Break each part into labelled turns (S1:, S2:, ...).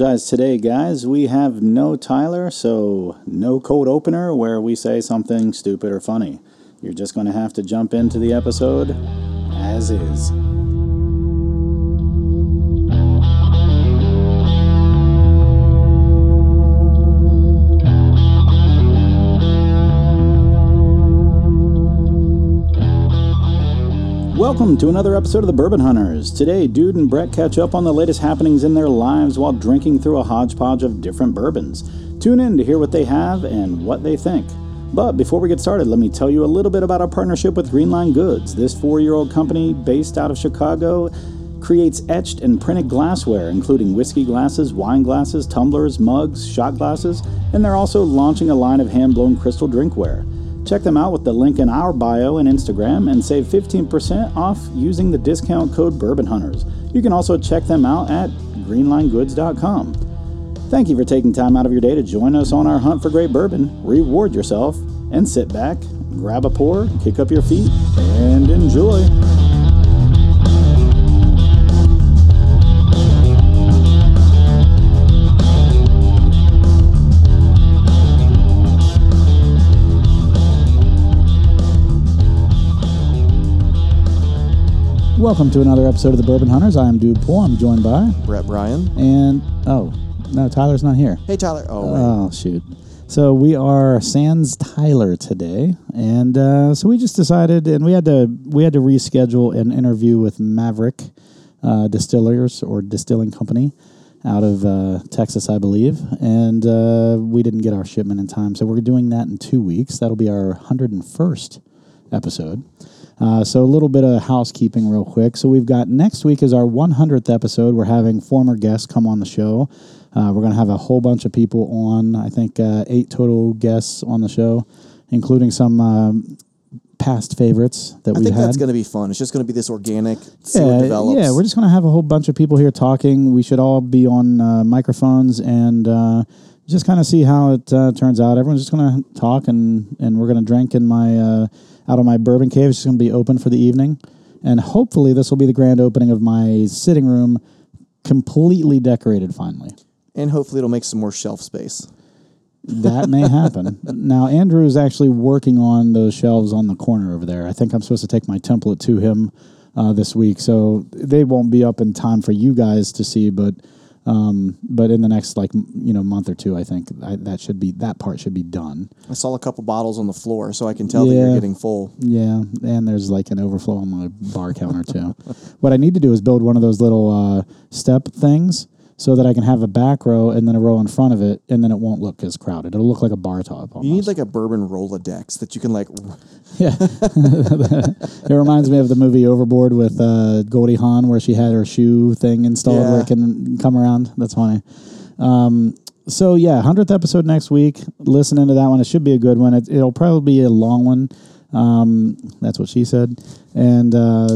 S1: Guys, today, guys, we have no Tyler, so no cold opener where we say something stupid or funny. You're just going to have to jump into the episode as is. Welcome to another episode of the Bourbon Hunters. Today, Dude and Brett catch up on the latest happenings in their lives while drinking through a hodgepodge of different bourbons. Tune in to hear what they have and what they think. But before we get started, let me tell you a little bit about our partnership with Greenline Goods. This four year old company based out of Chicago creates etched and printed glassware, including whiskey glasses, wine glasses, tumblers, mugs, shot glasses, and they're also launching a line of hand blown crystal drinkware. Check them out with the link in our bio and Instagram and save 15% off using the discount code Bourbon Hunters. You can also check them out at greenlinegoods.com. Thank you for taking time out of your day to join us on our hunt for great bourbon. Reward yourself and sit back, grab a pour, kick up your feet, and enjoy. Welcome to another episode of the Bourbon Hunters. I am Dude Poole. I'm joined by,
S2: Brett Bryan.
S1: and oh, no, Tyler's not here.
S2: Hey, Tyler. Oh, wait.
S1: Oh shoot! So we are Sans Tyler today, and uh, so we just decided, and we had to we had to reschedule an interview with Maverick uh, Distillers or Distilling Company out of uh, Texas, I believe, and uh, we didn't get our shipment in time, so we're doing that in two weeks. That'll be our hundred and first episode. Uh, so a little bit of housekeeping, real quick. So we've got next week is our 100th episode. We're having former guests come on the show. Uh, we're going to have a whole bunch of people on. I think uh, eight total guests on the show, including some um, past favorites that
S2: I
S1: we
S2: think
S1: had.
S2: that's going to be fun. It's just going to be this organic, see what develops.
S1: Yeah, we're just going to have a whole bunch of people here talking. We should all be on uh, microphones and uh, just kind of see how it uh, turns out. Everyone's just going to talk and, and we're going to drink in my uh, out of my bourbon cave. It's going to be open for the evening. And hopefully, this will be the grand opening of my sitting room, completely decorated finally.
S2: and hopefully it'll make some more shelf space.
S1: That may happen. Now, Andrew is actually working on those shelves on the corner over there. I think I'm supposed to take my template to him uh, this week, so they won't be up in time for you guys to see. But um, but in the next like m- you know month or two, I think I, that should be that part should be done.
S2: I saw a couple bottles on the floor, so I can tell that
S1: Yeah.
S2: you're getting full.
S1: Yeah, and there's like an overflow on my bar counter too. What I need to do is build one of those little uh, step things so that I can have a back row and then a row in front of it, and then it won't look as crowded. It'll look like a bar top. Almost.
S2: You need like a bourbon Rolodex that you can like.
S1: Yeah, it reminds me of the movie Overboard with uh, Goldie Hawn, where she had her shoe thing installed where
S2: Yeah.
S1: it can come around. That's funny. Um, so yeah, hundredth episode next week. Listen into that one; it should be a good one. It, it'll probably be a long one. Um, that's what she said, and uh,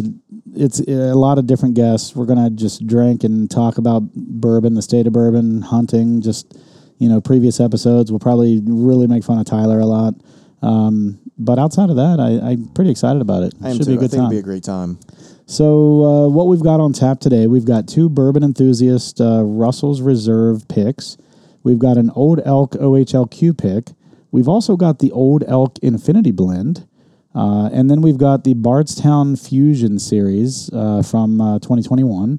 S1: it's a lot of different guests. We're gonna just drink and talk about bourbon, the state of bourbon, hunting, just you know, previous episodes. We'll probably really make fun of Tyler a lot. Um, but outside of that, I, I'm pretty excited about it.
S2: I am
S1: Should
S2: too.
S1: be a
S2: I
S1: good
S2: think it'll
S1: time.
S2: be a great time.
S1: So, uh, what we've got on tap today, we've got two bourbon enthusiast uh, Russell's Reserve picks. We've got an Old Elk OHLQ pick. We've also got the Old Elk Infinity Blend. Uh, and then we've got the Bardstown Fusion Series uh, from uh, 2021.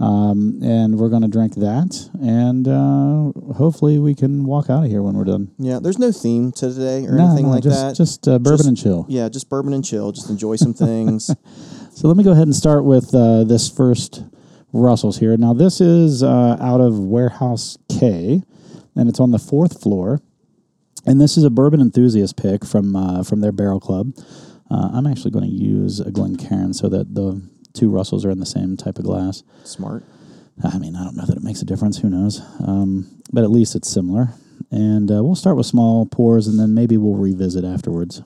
S1: Um, and we're going to drink that. And uh, hopefully, we can walk out of here when we're done.
S2: Yeah, there's no theme to today or
S1: No,
S2: anything
S1: no,
S2: like
S1: just,
S2: that.
S1: Just uh, bourbon
S2: Just-
S1: and chill.
S2: yeah, just bourbon and chill. Just enjoy some things.
S1: So let me go ahead and start with uh, this first Russell's here. Now, this is uh, out of Warehouse K, and it's on the fourth floor. And this is a bourbon enthusiast pick from uh, from their Barrel Club. Uh, I'm actually going to use a Glencairn so that the two Russells are in the same type of glass.
S2: Smart.
S1: I mean, I don't know that it makes a difference. Who knows? Um, but at least it's similar. And uh, we'll start with small pours, and then maybe we'll revisit afterwards.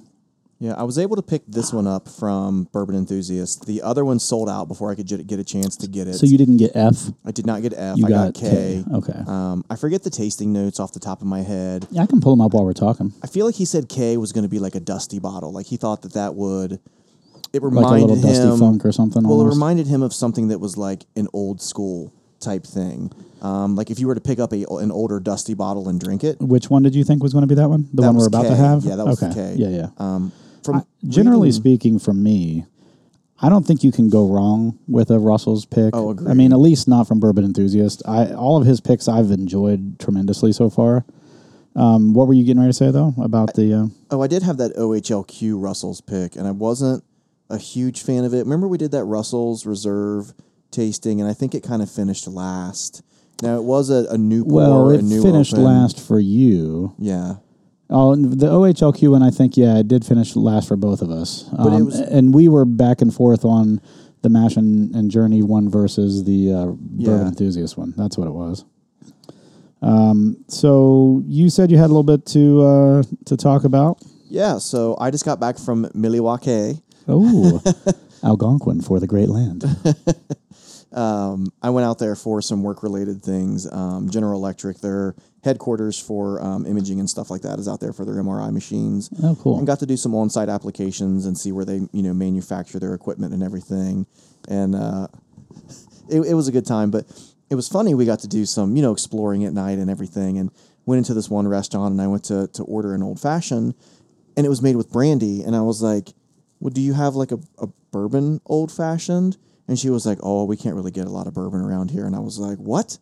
S2: Yeah, I was able to pick this one up from Bourbon Enthusiast. The other one sold out before I could j- get a chance to get it.
S1: So you didn't get F.
S2: I did not get F.
S1: You
S2: I got, K.
S1: Okay.
S2: Um, I forget the tasting notes off the top of my head.
S1: Yeah, I can pull them up while we're talking.
S2: I feel like he said K was going to be like a dusty bottle. Like he thought that that would. It
S1: like a
S2: reminded
S1: little dusty
S2: him.
S1: funk or something.
S2: well, it
S1: almost.
S2: reminded him of something that was like an old school type thing. Um, like if you were to pick up a, an older dusty bottle and drink it,
S1: Which one did you think was going to be that one? The
S2: That
S1: one we're
S2: was
S1: about
S2: K.
S1: to have?
S2: Yeah, that was the
S1: okay.
S2: K.
S1: Yeah, yeah.
S2: um, from
S1: Generally
S2: reading-
S1: speaking, for me, I don't think you can go wrong with a Russell's pick.
S2: Oh, agreed.
S1: I mean, at least not from Bourbon Enthusiast. I all of his picks I've enjoyed tremendously so far. Um, what were you getting ready to say though about the? Uh,
S2: Oh, I did have that OHLQ Russell's pick, and I wasn't a huge fan of it. Remember, we did that Russell's Reserve tasting, and I think it kind of finished last. Now it was a, a new pour,
S1: well, it
S2: a new
S1: finished
S2: open.
S1: last for you.
S2: Yeah,
S1: Oh, and the OHLQ one, I think, yeah, it did finish last for both of us.
S2: it
S1: Um,
S2: was-
S1: and we were back and forth on the Mash and, and Journey one versus the uh, Bourbon
S2: Yeah.
S1: Enthusiast one. That's what it was. Um, so you said you had a little bit to uh, to talk about.
S2: yeah. So I just got back from Milwaukee.
S1: Oh, Algonquin for the Great Land.
S2: um, I went out there for some work related things. Um, General Electric, their headquarters for um, imaging and stuff like that, is out there for their MRI machines.
S1: Oh, cool.
S2: And got to do some on site applications and see where they you know manufacture their equipment and everything. And uh, it, it was a good time, but it was funny. We got to do some you know exploring at night and everything, and went into this one restaurant and I went to to order an old fashioned, and it was made with brandy, and I was like well, do you have like a, a bourbon old fashioned? And she was like, oh, we can't really get a lot of bourbon around here. And I was like, what?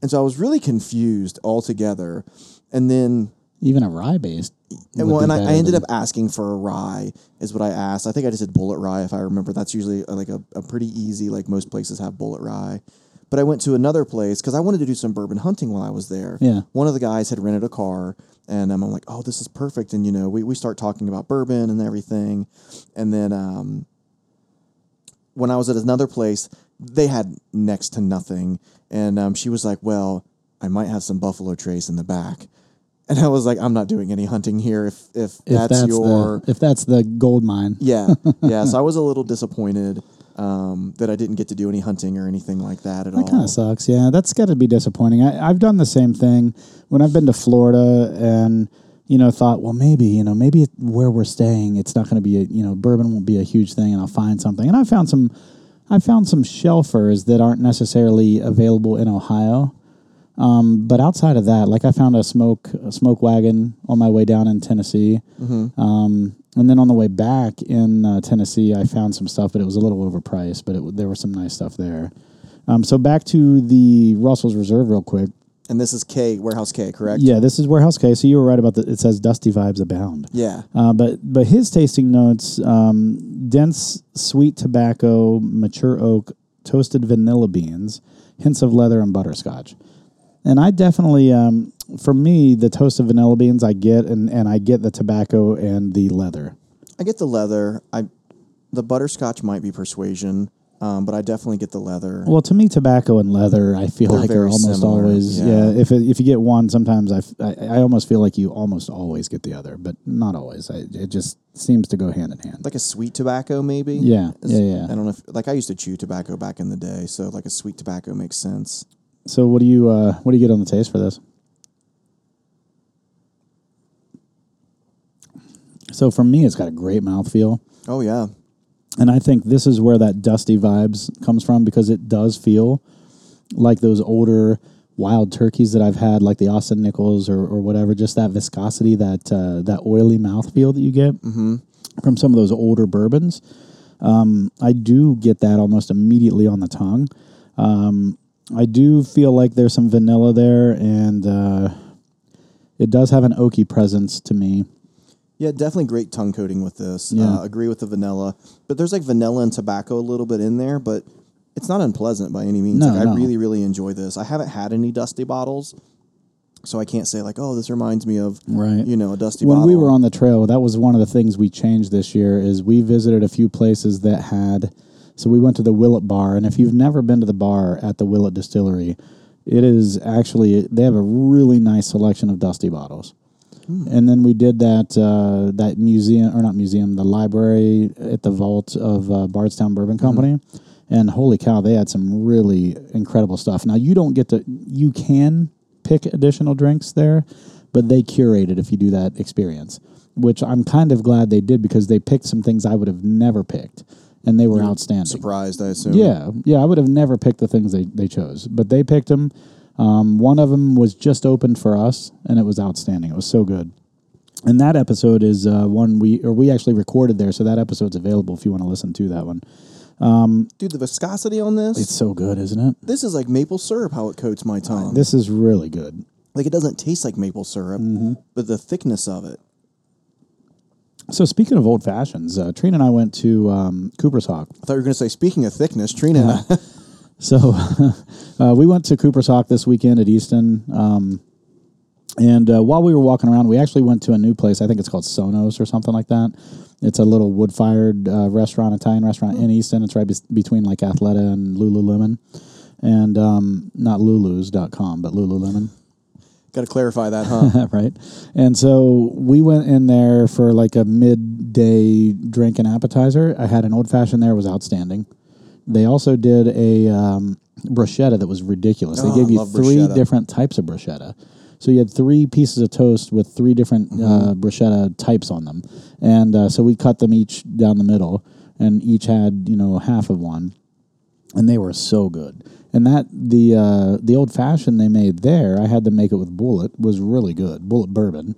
S2: And so I was really confused altogether. And then,
S1: Even a rye based.
S2: and, well, and I, I ended up asking for a rye, is what I asked. I think I just said bullet rye, if I remember. That's usually uh, like a, a pretty easy, like most places have bullet rye. But I went to another place because I wanted to do some bourbon hunting while I was there
S1: Yeah.
S2: one of the guys had rented a car and um, I'm like, oh, this is perfect. And, you know, we, we start talking about bourbon and everything. And then um, when I was at another place, they had next to nothing. And um, she was like, well, I might have some Buffalo Trace in the back. And I was like, I'm not doing any hunting here if, if,
S1: If that's,
S2: that's, your.
S1: the, if that's the gold mine.
S2: yeah. Yeah. so I was a little disappointed um, that I didn't get to do any hunting or anything like that at all.
S1: That kind of sucks. Yeah, that's got to be disappointing. I, I've done the same thing when I've been to Florida and you know thought, well, maybe you know maybe where we're staying, it's not going to be a, you know bourbon won't be a huge thing, and I'll find something. And I found some, I found some shelfers that aren't necessarily available in Ohio. Um, but outside of that, like I found a smoke a smoke wagon on my way down in Tennessee, um, and then on the way back in uh, Tennessee, I found some stuff, but it was a little overpriced. But it, there was some nice stuff there. Um, so back to the Russell's Reserve real quick.
S2: and this is K, Warehouse K, correct?
S1: Yeah, this is Warehouse K. So you were right about that. It says dusty vibes abound.
S2: Yeah.
S1: Uh, but but his tasting notes: um, dense sweet tobacco, mature oak, toasted vanilla beans, hints of leather and butterscotch. And I definitely, um, for me, the toasted vanilla beans I get, and and I get the tobacco and the leather.
S2: I get the leather. I the butterscotch might be persuasion, um, but I definitely get the leather.
S1: Well, to me, tobacco and leather, I feel
S2: They're
S1: like are
S2: very
S1: almost
S2: similar,
S1: always. Yeah.
S2: yeah.
S1: if it, if you get one, sometimes I, f- I- I almost feel like you almost always get the other, but not always. I, it just seems to go hand in hand.
S2: Like a sweet tobacco, maybe.
S1: Yeah, yeah, yeah.
S2: I don't know. If, like I used to chew tobacco back in the day, so like a sweet tobacco makes sense.
S1: So, what do you uh, what do you get on the taste for this? So for me, it's got a great mouthfeel,
S2: Oh yeah,
S1: and I think this is where that dusty vibes comes from because it does feel like those older wild turkeys that I've had, like the Austin Nichols or, or whatever. Just that viscosity, that uh, that oily mouthfeel that you get from some of those older bourbons. Um, I do get that almost immediately on the tongue. Um, I do feel like there's some vanilla there, and uh, it does have an oaky presence to me.
S2: yeah. Definitely great tongue coating with this.
S1: Yeah.
S2: Uh, agree with the vanilla, but there's like vanilla and tobacco a little bit in there, but it's not unpleasant by any means.
S1: No,
S2: like,
S1: no.
S2: I really, really enjoy this. I haven't had any dusty bottles, so I can't say like, oh, this reminds me of
S1: Right.
S2: you know a dusty
S1: when
S2: bottle.
S1: we were on the trail that was one of the things we changed this year is we visited a few places that had so we went to the willet bar and if you've never been to the bar at the willet distillery it is actually they have a really nice selection of dusty bottles and then we did that uh, that museum or not museum the library at the vault of uh, bardstown bourbon company and holy cow they had some really incredible stuff now you don't get to you can pick additional drinks there but they curate it if you do that experience which i'm kind of glad they did because they picked some things i would have never picked and they were outstanding.
S2: Surprised, I assume.
S1: Yeah, yeah, I would have never picked the things they, they chose, but they picked them. Um, one of them was just opened for us, and it was outstanding. It was so good. And that episode is uh, one we or we actually recorded there, so that episode's available if you want to listen to that one.
S2: Dude, the viscosity on this.
S1: It's so good, isn't it?
S2: this is like maple syrup, how it coats my tongue.
S1: This is really good.
S2: like, it doesn't taste like maple syrup,
S1: Mm-hmm.
S2: but the thickness of it.
S1: So speaking of old fashions, uh, Trina and I went to um, Cooper's Hawk
S2: I thought you were going to say, speaking of thickness, Trina and I-
S1: So uh, we went to Cooper's Hawk this weekend at Easton. Um, and uh, while we were walking around, we actually went to a new place. I think it's called Sonos or something like that. It's a little wood fired uh, restaurant, Italian restaurant in Easton. It's right bes between like Athleta and Lululemon. And um, not lulus.com, but Lululemon.
S2: got to clarify that, huh?
S1: right? And so we went in there for like a midday drink and appetizer. I had an old fashioned there; it was outstanding. They also did a um, bruschetta that was ridiculous.
S2: Oh,
S1: they gave
S2: I
S1: you
S2: love
S1: three
S2: bruschetta.
S1: different types of bruschetta. So you had three pieces of toast with three different
S2: Mm-hmm.
S1: uh, bruschetta types on them, and uh, so we cut them each down the middle, and each had you know half of one and they were so good. And that the uh, the old fashioned they made there, I had to make it with bullet, was really good, bullet bourbon.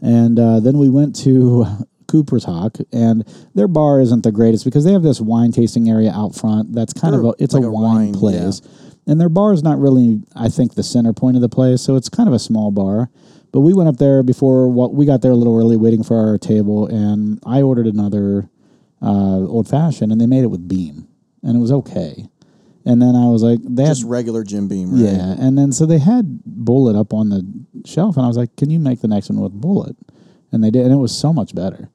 S1: And uh, then we went to Cooper's Hawk, and their bar isn't the greatest because they have this wine tasting area out front. That's kind of
S2: They're
S1: a, it's
S2: like
S1: a,
S2: a
S1: wine,
S2: wine,
S1: place, and their bar is not really, I think, the center point of the place. So it's kind of a small bar. But we went up there before what we got there a little early, waiting for our table, and I ordered another uh, old fashioned, and they made it with beam, and it was okay. And then I was like, they had,
S2: Just regular Jim Beam, right?
S1: yeah. And then so they had bullet up on the shelf, and I was like, can you make the next one with bullet? And they did, and it was so much better.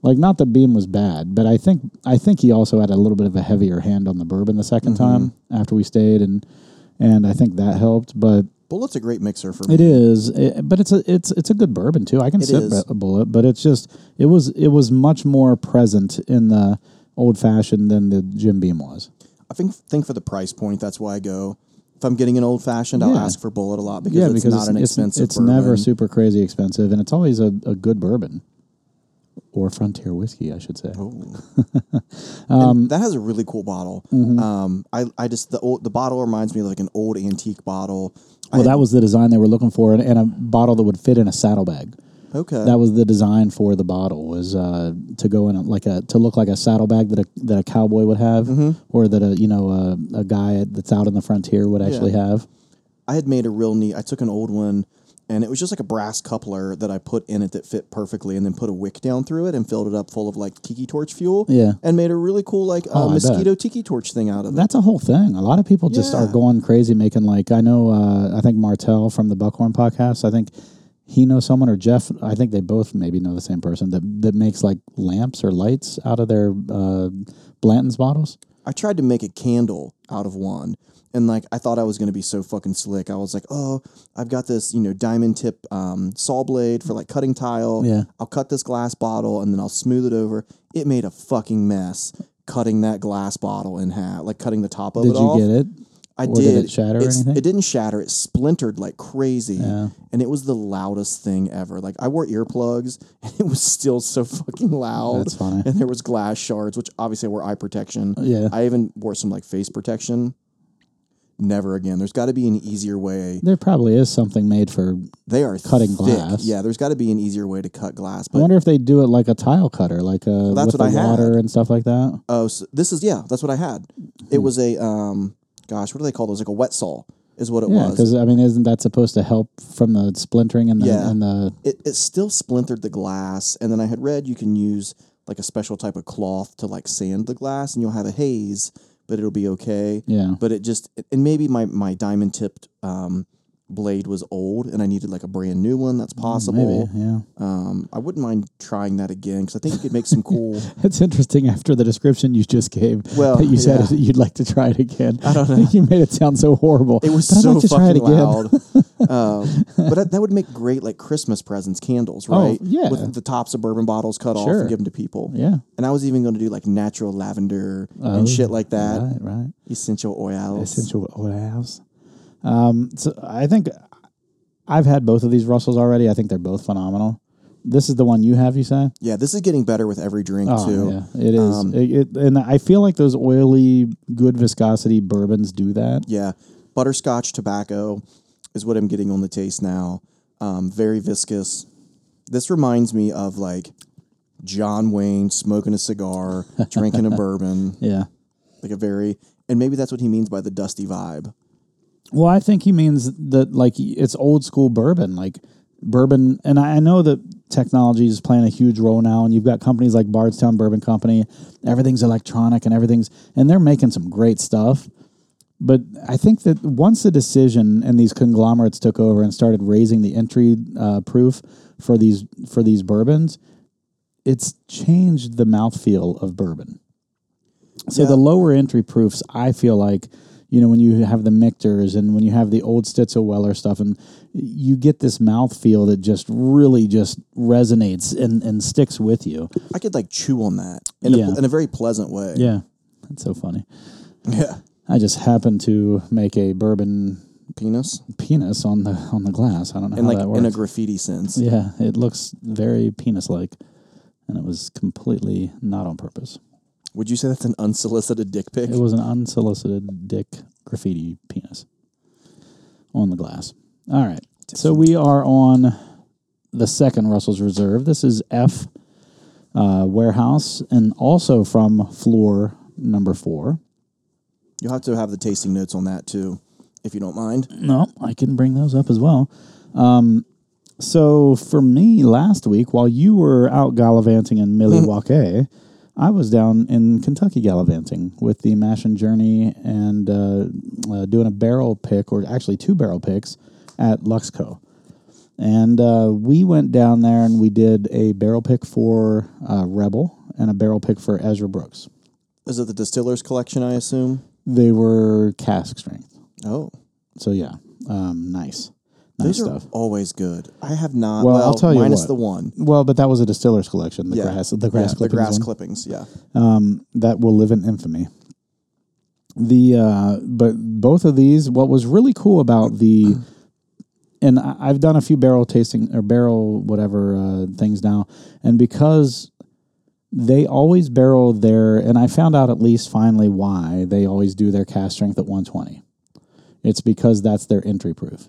S1: Like, not that beam was bad, but I think I think he also had a little bit of a heavier hand on the bourbon the 2nd
S2: Mm-hmm.
S1: time after we stayed, and and I think that helped. But
S2: Bullet's a great mixer for me.
S1: it is, it, but it's a it's it's a good bourbon too. I can
S2: It
S1: sip
S2: is.
S1: a bullet, but it's just it was it was much more present in the old fashioned than the Jim Beam was.
S2: I think think for the price point, that's why I go. If I'm getting an old fashioned, I'll
S1: Yeah.
S2: ask for bullet a lot because
S1: yeah,
S2: it's
S1: because
S2: not an
S1: it's,
S2: expensive.
S1: it's never
S2: bourbon.
S1: super crazy expensive, and it's always a, a good bourbon or frontier whiskey, I should say.
S2: Oh,
S1: um,
S2: And that has a really cool bottle.
S1: Mm-hmm.
S2: Um, I, I just the old, the bottle reminds me of like an old antique bottle.
S1: Well, that was the design they were looking for, and, and a bottle that would fit in a saddlebag.
S2: Okay,
S1: That was the design for the bottle was uh, to go in a, like a to look like a saddlebag that a that a cowboy would have,
S2: Mm-hmm.
S1: or that a you know a, a guy that's out on the frontier would actually have.
S2: I had made a real neat. I took an old one, and it was just like a brass coupler that I put in it that fit perfectly, and then put a wick down through it and filled it up full of like tiki torch fuel.
S1: Yeah. Oh,
S2: and made a really cool like
S1: I
S2: uh,
S1: bet.
S2: mosquito tiki torch thing out of it.
S1: That's a whole thing. A lot of people just are
S2: Yeah.
S1: going crazy making like I know uh, I think Martel from the Buckhorn podcast. I think he knows someone or Jeff. I think they both maybe know the same person that that makes like lamps or lights out of their uh, Blanton's bottles.
S2: I tried to make a candle out of one. And like I thought I was gonna be so fucking slick. I was like, oh, I've got this, you know, diamond tip um, saw blade for like cutting tile.
S1: Yeah.
S2: I'll cut this glass bottle and then I'll smooth it over. It made a fucking mess cutting that glass bottle in half, like cutting the top of
S1: Did
S2: it
S1: you
S2: off.
S1: get it?
S2: I
S1: Or
S2: did.
S1: did it shatter or
S2: It's-
S1: anything?
S2: It didn't shatter. It splintered like crazy, and it was the loudest thing ever. Like I wore earplugs, and it was still so fucking loud.
S1: That's funny.
S2: And there was glass shards, which obviously I wore eye protection.
S1: Yeah.
S2: I even wore some like face protection. Never again. There's got to be an easier way.
S1: There probably is something made for.
S2: They are
S1: Cutting
S2: thick.
S1: glass.
S2: Yeah, there's got to be an easier way to cut glass.
S1: I
S2: But
S1: wonder if they do it like a tile cutter, like uh,
S2: that's
S1: with the
S2: what I had.
S1: water and stuff like that.
S2: oh, so this is yeah. That's what I had. It
S1: Hmm.
S2: was a um, gosh, what do they call those? Like a wet saw is what it
S1: Yeah,
S2: was.
S1: because I mean, isn't that supposed to help from the splintering and the
S2: Yeah.
S1: and the
S2: it, it still splintered the glass and then i had read you can use like a special type of cloth to like sand the glass and you'll have a haze but it'll be okay
S1: yeah?
S2: but it just and maybe my my diamond tipped um, blade was old and i needed like a brand new one that's
S1: Mm, Maybe
S2: possible
S1: yeah.
S2: um, i wouldn't mind trying that again because i think you could make some cool
S1: It's interesting after the description you just gave
S2: Well,
S1: that you said
S2: yeah.
S1: that you'd like to try it again. I don't know. you made it sound so horrible.
S2: it was
S1: but I'd
S2: so
S1: like to
S2: fucking
S1: try it again.
S2: loud um, but that, that would make great like christmas presents candles
S1: Oh,
S2: right
S1: yeah.
S2: with the tops of bourbon bottles cut off
S1: Sure.
S2: and give them to people
S1: Yeah.
S2: And I was even going to do like natural lavender
S1: Oh,
S2: and shit like that,
S1: Right, right.
S2: essential oils.
S1: Essential oils. Um, so I think I've had both of these Russells already. I think they're both phenomenal. This is the one you have, you say?
S2: Yeah, this is getting better with every drink
S1: Oh,
S2: too.
S1: yeah, it is.
S2: Um,
S1: it, it, and I feel like those oily, good viscosity bourbons do that.
S2: Yeah, butterscotch tobacco is what I'm getting on the taste now. Um, very viscous. This reminds me of like John Wayne smoking a cigar, drinking a bourbon,
S1: Yeah.
S2: like a very, and maybe that's what he means by the dusty vibe.
S1: Well, I think he means that like it's old school bourbon, like bourbon. And I, I know that technology is playing a huge role now, and you've got companies like Bardstown Bourbon Company. Everything's electronic and everything's, and they're making some great stuff. But I think that once the decision and these conglomerates took over and started raising the entry uh, proof for these for these bourbons, it's changed the mouthfeel of bourbon. So the lower entry proofs, I feel like, you know, when you have the Michters and when you have the old Stitzel Weller stuff, and you get this mouthfeel that just really just resonates and, and sticks with you.
S2: I could like chew on that in,
S1: Yeah.
S2: a, in a very pleasant way.
S1: Yeah. That's so funny.
S2: yeah.
S1: I just happened to make a bourbon
S2: Penis
S1: penis on the on the glass. I don't know
S2: and
S1: how
S2: like
S1: that works.
S2: in a graffiti sense.
S1: yeah, it looks very penis like. And it was completely not on purpose.
S2: Would you say that's an unsolicited dick pic?
S1: It was an unsolicited dick graffiti penis on the glass. All right. So we are on the second Russell's Reserve. This is F uh, Warehouse and also from floor number four.
S2: You'll have to have the tasting notes on that too, if you don't mind.
S1: No, I can bring those up as well. Um, so for me last week, while you were out gallivanting in Milwaukee, I was down in Kentucky gallivanting with the Mash and Journey and uh, uh, doing a barrel pick, or actually two barrel picks at Luxco. And uh, we went down there and we did a barrel pick for uh, Rebel and a barrel pick for Ezra Brooks.
S2: Is it the distillers collection? I assume.
S1: They were cask strength.
S2: Oh,
S1: So yeah, um, nice. Nice
S2: Those
S1: stuff.
S2: are always good. I have not.
S1: Well,
S2: Well,
S1: I'll tell you
S2: minus
S1: what.
S2: the one.
S1: Well, but that was a distiller's collection. The
S2: Yeah.
S1: grass, the grass,
S2: yeah, the
S1: clippings
S2: grass
S1: one.
S2: clippings. Yeah,
S1: that will live in infamy. The uh, but both of these, what was really cool about the, and I- I've done a few barrel tasting or barrel whatever uh, things now, and because they always barrel their, and I found out at least finally why they always do their cast strength at 120. It's because that's their entry proof.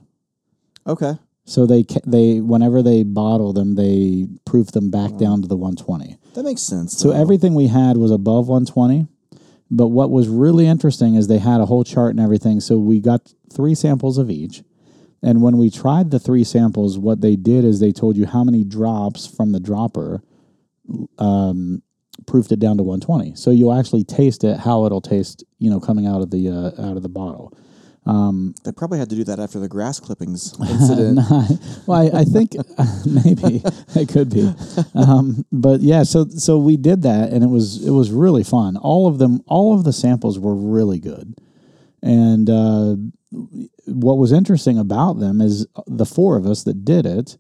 S2: okay.
S1: So they ca- they whenever they bottle them, they proof them back down to the 120.
S2: That makes sense.
S1: So
S2: though.
S1: everything we had was above 120. But what was really interesting is they had a whole chart and everything. So we got three samples of each. And when we tried the three samples, what they did is they told you how many drops from the dropper um, proofed it down to 120. So you'll actually taste it how it'll taste, you know, coming out of the uh, out of the bottle.
S2: they probably had to do that after the grass clippings incident.
S1: well, I, I think maybe it could be, um, but yeah. So so we did that, and it was it was really fun. All of them, all of the samples were really good, and uh, what was interesting about them is the four of us that did it.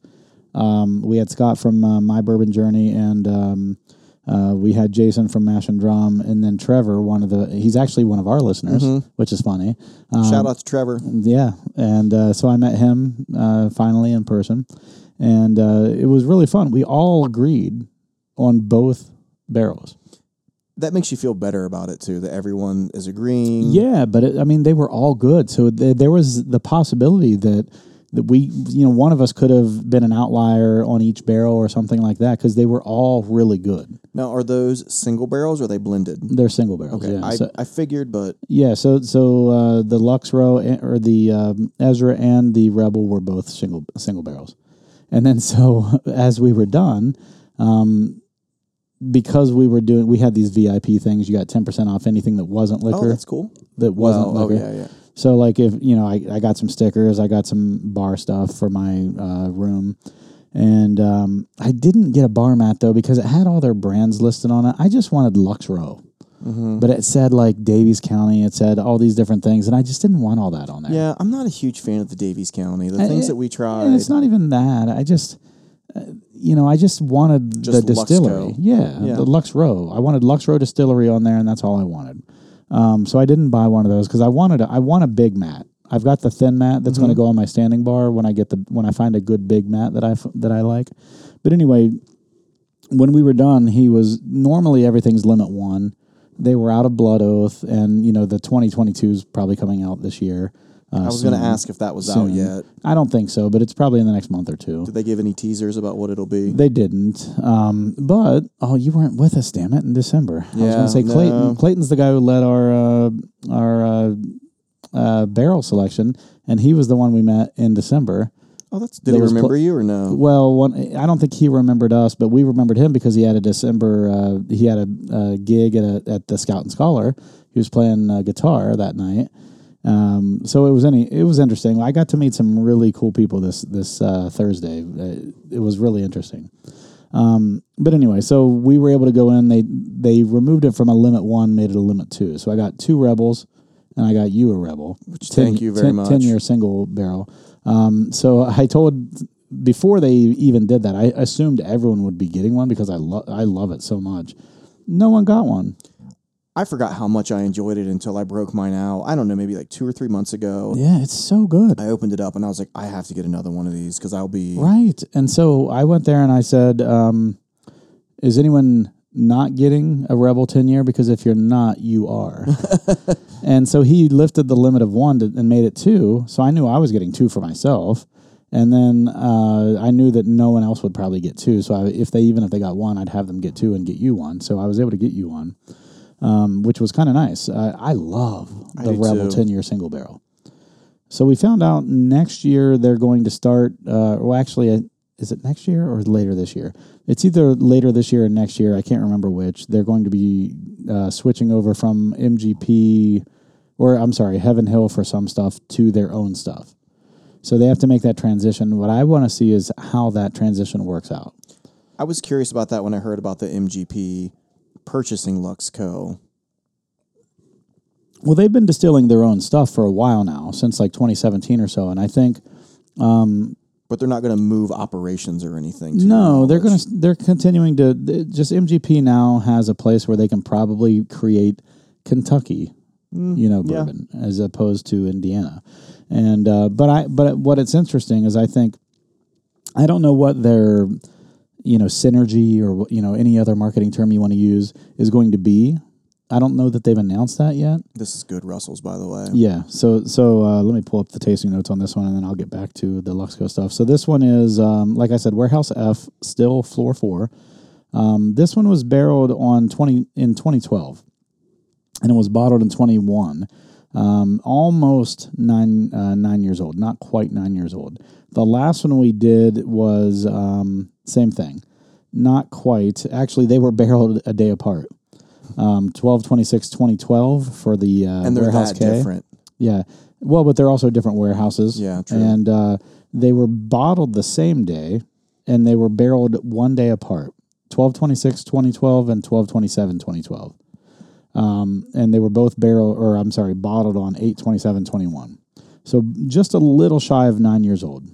S1: Um, we had Scott from uh, My Bourbon Journey, and um, uh, we had Jason from Mash and Drum, and then Trevor, one of the he's actually one of our listeners, which is funny. Um,
S2: Shout out to Trevor.
S1: yeah, and uh, so I met him uh, finally in person, and uh, it was really fun. We all agreed on both barrels.
S2: That makes you feel better about it too. That everyone is agreeing.
S1: Yeah, but it, I mean, they were all good. So th- there was the possibility that that we, you know, one of us could have been an outlier on each barrel or something like that because they were all really good.
S2: Now, are those single barrels or are they blended?
S1: They're single barrels.
S2: Okay,
S1: yeah,
S2: I,
S1: so-
S2: I figured, but
S1: yeah. So so uh, the Lux Row a- or the um, Ezra and the Rebel were both single single barrels, and then so as we were done, um, because we were doing we had these VIP things. You got ten percent off anything that wasn't
S2: oh,
S1: liquor
S2: that's cool.
S1: that wasn't
S2: Well, oh
S1: liquor.
S2: yeah, yeah.
S1: So like if you know, I, I got some stickers, I got some bar stuff for my uh, room, and um, I didn't get a bar mat though because it had all their brands listed on it. I just wanted Lux Row,
S2: Mm-hmm.
S1: but it said like Davies County, it said all these different things, and I just didn't want all that on there.
S2: Yeah, I'm not a huge fan of the Davies County. The
S1: I-
S2: things that we
S1: And
S2: tried.
S1: Uh, it's not even that. I just. uh, You know, I just wanted
S2: Just
S1: the
S2: Luxco.
S1: distillery. Yeah,
S2: Yeah.
S1: the Lux Row. I wanted Lux Row Distillery on there, and that's all I wanted. Um, so I didn't buy one of those because I wanted a, I want a big mat. I've got
S2: Mm-hmm.
S1: the thin mat that's going to go on my standing bar when I get the when I find a good big mat that I f- that I like. But anyway, when we were done, he was normally everything's limit one. They were out of Blood Oath, and you know the 2022 is probably coming out this year. Uh,
S2: I was going to ask if that was out yet.
S1: I don't think so, but it's probably in the next month or two.
S2: Did they give any teasers about what it'll be?
S1: They didn't. Um, but oh, you weren't with us, damn it, in December. I was
S2: Yeah,
S1: going to say Clayton.
S2: no.
S1: Clayton's the guy who led our uh, our uh, uh, barrel selection, and he was the one we met in December.
S2: oh, that's. Did
S1: there
S2: he
S1: was pl-
S2: remember you or no?
S1: Well, one, I don't think he remembered us, but we remembered him because he had a December. Uh, he had a, a gig at a, at the Scout and Scholar. He was playing uh, guitar that night. Um, so it was any it was interesting. I got to meet some really cool people this this uh, Thursday. It, it was really interesting. Um, but anyway, so we were able to go in. They they removed it from a limit one, made it a limit two. So I got two rebels, and I got you a rebel. Which
S2: thank you very much.
S1: Ten year single barrel. Um, so I told before they even did that, I assumed everyone would be getting one because I love I love it so much. No one got one.
S2: I forgot how much I enjoyed it until I broke mine out. I don't know, maybe like two or three months ago.
S1: Yeah, it's so good.
S2: I opened it up and I was like, I have to get another one of these because I'll be.
S1: Right. And so I went there and I said, um, Is anyone not getting a Rebel 10 year? Because if you're not, you are. and so he lifted the limit of one to, and made it two. So I knew I was getting two for myself. And then uh, I knew that no one else would probably get two. So I, if they even if they got one, I'd have them get two and get you one. So I was able to get you one, um, which was kind of nice. Uh, I love the
S2: do
S1: Rebel
S2: too.
S1: 10 year single barrel. So we found out next year they're going to start. Uh, well, actually, uh, is it next year or later this year? It's either later this year or next year. I can't remember which. They're going to be uh, switching over from MGP, or I'm sorry, Heaven Hill for some stuff to their own stuff. So they have to make that transition. What I want to see is how that transition works out.
S2: I was curious about that when I heard about the MGP purchasing Luxco.
S1: Well, they've been distilling their own stuff for a while now, since like 2017 or so, and I think
S2: But they're not going to move operations or anything. To
S1: No, they're going to they're continuing to th- just MGP now has a place where they can probably create Kentucky, you know,
S2: Mm, yeah.
S1: bourbon as opposed to Indiana. And uh, but I but what it's interesting is I think I don't know what their you know synergy or what- you know any other marketing term you want to use is going to be. I don't know that they've announced that yet.
S2: This is good, Russell's, by the way.
S1: Yeah. So so uh, let me pull up the tasting notes on this one, and then I'll get back to the Luxco stuff. So this one is, um, like I said, Warehouse F, still floor four. Um, this one was barreled on twenty in twenty twelve, and it was bottled in twenty one. Um, almost nine uh, nine years old, not quite nine years old. The last one we did was um, same thing, not quite. Actually, they were barreled a day apart. Um, 12 26 2012 for the uh,
S2: And they're
S1: warehouse
S2: that
S1: K.
S2: different.
S1: Yeah. Well, but they're also different warehouses.
S2: Yeah, true.
S1: And uh, they were bottled the same day and they were barreled one day apart 12 26 2012 and 12 27 2012. Um, and they were both barrel, or I'm sorry, bottled on 8 27 21. So just a little shy of nine years old.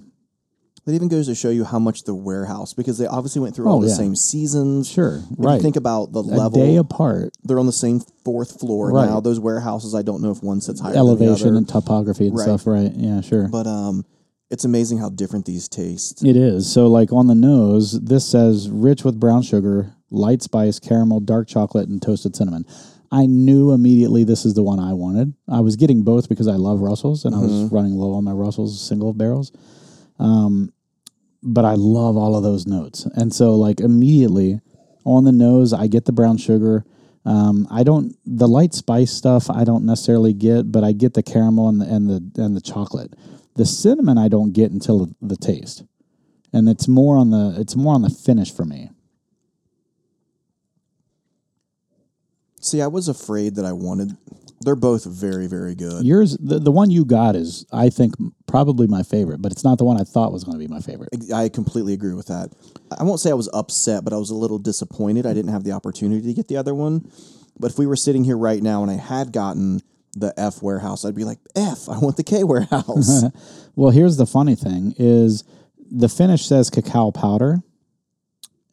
S2: That even goes to show you how much the warehouse, because they obviously went through all
S1: Oh,
S2: the
S1: yeah.
S2: same seasons.
S1: Sure.
S2: If
S1: right.
S2: you think about the
S1: a day
S2: level,
S1: apart,
S2: they're on the same fourth floor
S1: Right.
S2: now. Those warehouses, I don't know if one sits higher
S1: elevation
S2: than the other,
S1: and topography and
S2: Right.
S1: stuff. Right. Yeah, sure.
S2: but um, it's amazing how different these taste.
S1: It is. So, like on the nose, this says rich with brown sugar, light spice, caramel, dark chocolate, and toasted cinnamon. I knew immediately this is the one I wanted. I was getting both because I love Russell's and I was running low on my Russell's single barrels. Um, but I love all of those notes. And so, like, immediately on the nose, I get the brown sugar. Um, I don't the light spice stuff. I don't necessarily get, but I get the caramel and the and the and the chocolate. The cinnamon I don't get until the taste and it's more on the it's more on the finish for me.
S2: See, I was afraid that I wanted. They're both very, very good.
S1: Yours, the, the one you got is I think probably my favorite, but it's not the one I thought was going to be my favorite.
S2: I completely agree with that. I won't say I was upset, but I was a little disappointed. I didn't have the opportunity to get the other one. But if we were sitting here right now and I had gotten the F warehouse, I'd be like, F, I want the K warehouse.
S1: Well, here's the funny thing: is the finish says cacao powder,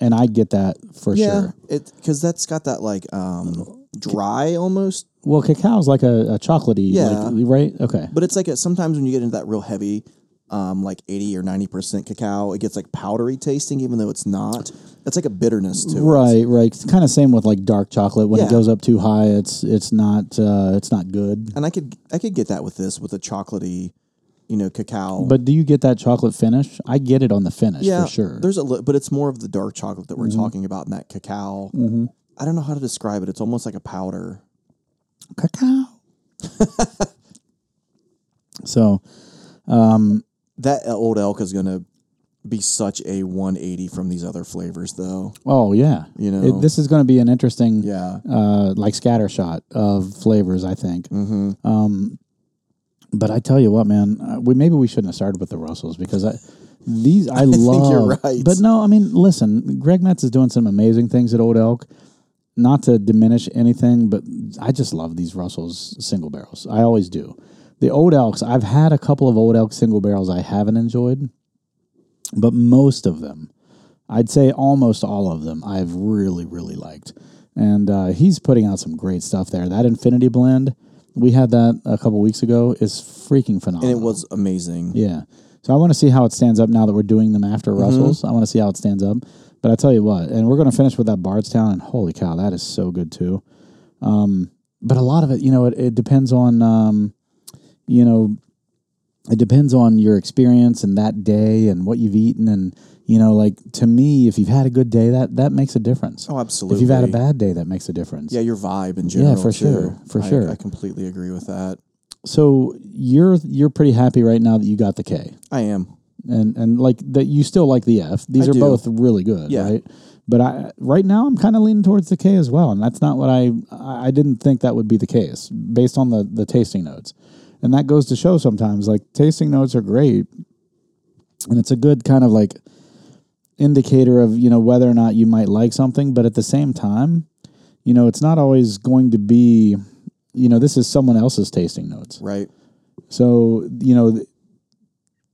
S1: and I get that for
S2: yeah,
S1: sure.
S2: it because that's got that like um, dry almost,
S1: Well, cacao is like a, a chocolatey,
S2: Yeah.
S1: like, right? Okay,
S2: but it's like a, sometimes when you get into that real heavy um, like 80 or 90% cacao. It gets like powdery tasting, even though it's not. It's like a bitterness to it.
S1: Right, right. It's kind of same with like dark chocolate. When it
S2: Yeah.
S1: goes up too high, it's it's not uh, it's not good.
S2: And I could I could get that with this with a chocolatey, you know, cacao.
S1: But do you get that chocolate finish? I get it on the finish
S2: yeah,
S1: for sure. Mm-hmm.
S2: There's a li- but it's more of the dark chocolate that we're talking about, and that cacao. I don't know how to describe it. It's almost like a powder.
S1: Cacao. so
S2: That old elk is gonna be such a 180 from these other flavors, though.
S1: Oh yeah,
S2: You know.
S1: It- this is going to be an interesting,
S2: Yeah.
S1: uh, like scattershot of flavors. I think. Um,
S2: Mm-hmm.
S1: but I tell you what, man, uh, we maybe we shouldn't have started with the Russells because I these I, love.
S2: you're right.
S1: But no, I mean, listen, Greg Metz is doing some amazing things at Old Elk. Not to diminish anything, but I just love these Russells single barrels. I always do. The Old Elks, I've had a couple of Old Elk single barrels I haven't enjoyed, but most of them I'd say almost all of them I've really, really liked. And uh, he's putting out some great stuff there. That Infinity Blend, we had that a couple weeks ago, is freaking phenomenal.
S2: And it was amazing.
S1: Oh. Yeah. So I want to see how it stands up now that we're doing them after
S2: Mm-hmm.
S1: Russell's. I want to see how it stands up. But I tell you what, and we're going to finish with that Bardstown, and holy cow, that is so good too. Um, but a lot of it, you know, it, it depends on, um, you know, it depends on your experience and that day and what you've eaten and you know, like to me, if you've had a good day, that that makes a difference.
S2: Oh, absolutely.
S1: If you've had a bad day, that makes a difference.
S2: yeah, your vibe in general.
S1: for
S2: too.
S1: sure, for
S2: I-
S1: sure.
S2: I completely agree with that.
S1: So you're you're pretty happy right now that you got the K.
S2: I am.
S1: and and like that you still like the F. These
S2: I
S1: are
S2: do.
S1: both really good,
S2: Yeah.
S1: right? But I right now I'm kind of leaning towards the K as well, and that's not what I I I didn't think that would be the case based on the the tasting notes, and that goes to show sometimes like tasting notes are great, and it's a good kind of like indicator of you know whether or not you might like something, but at the same time, you know it's not always going to be. You know, this is someone else's tasting notes.
S2: Right.
S1: So you know, the,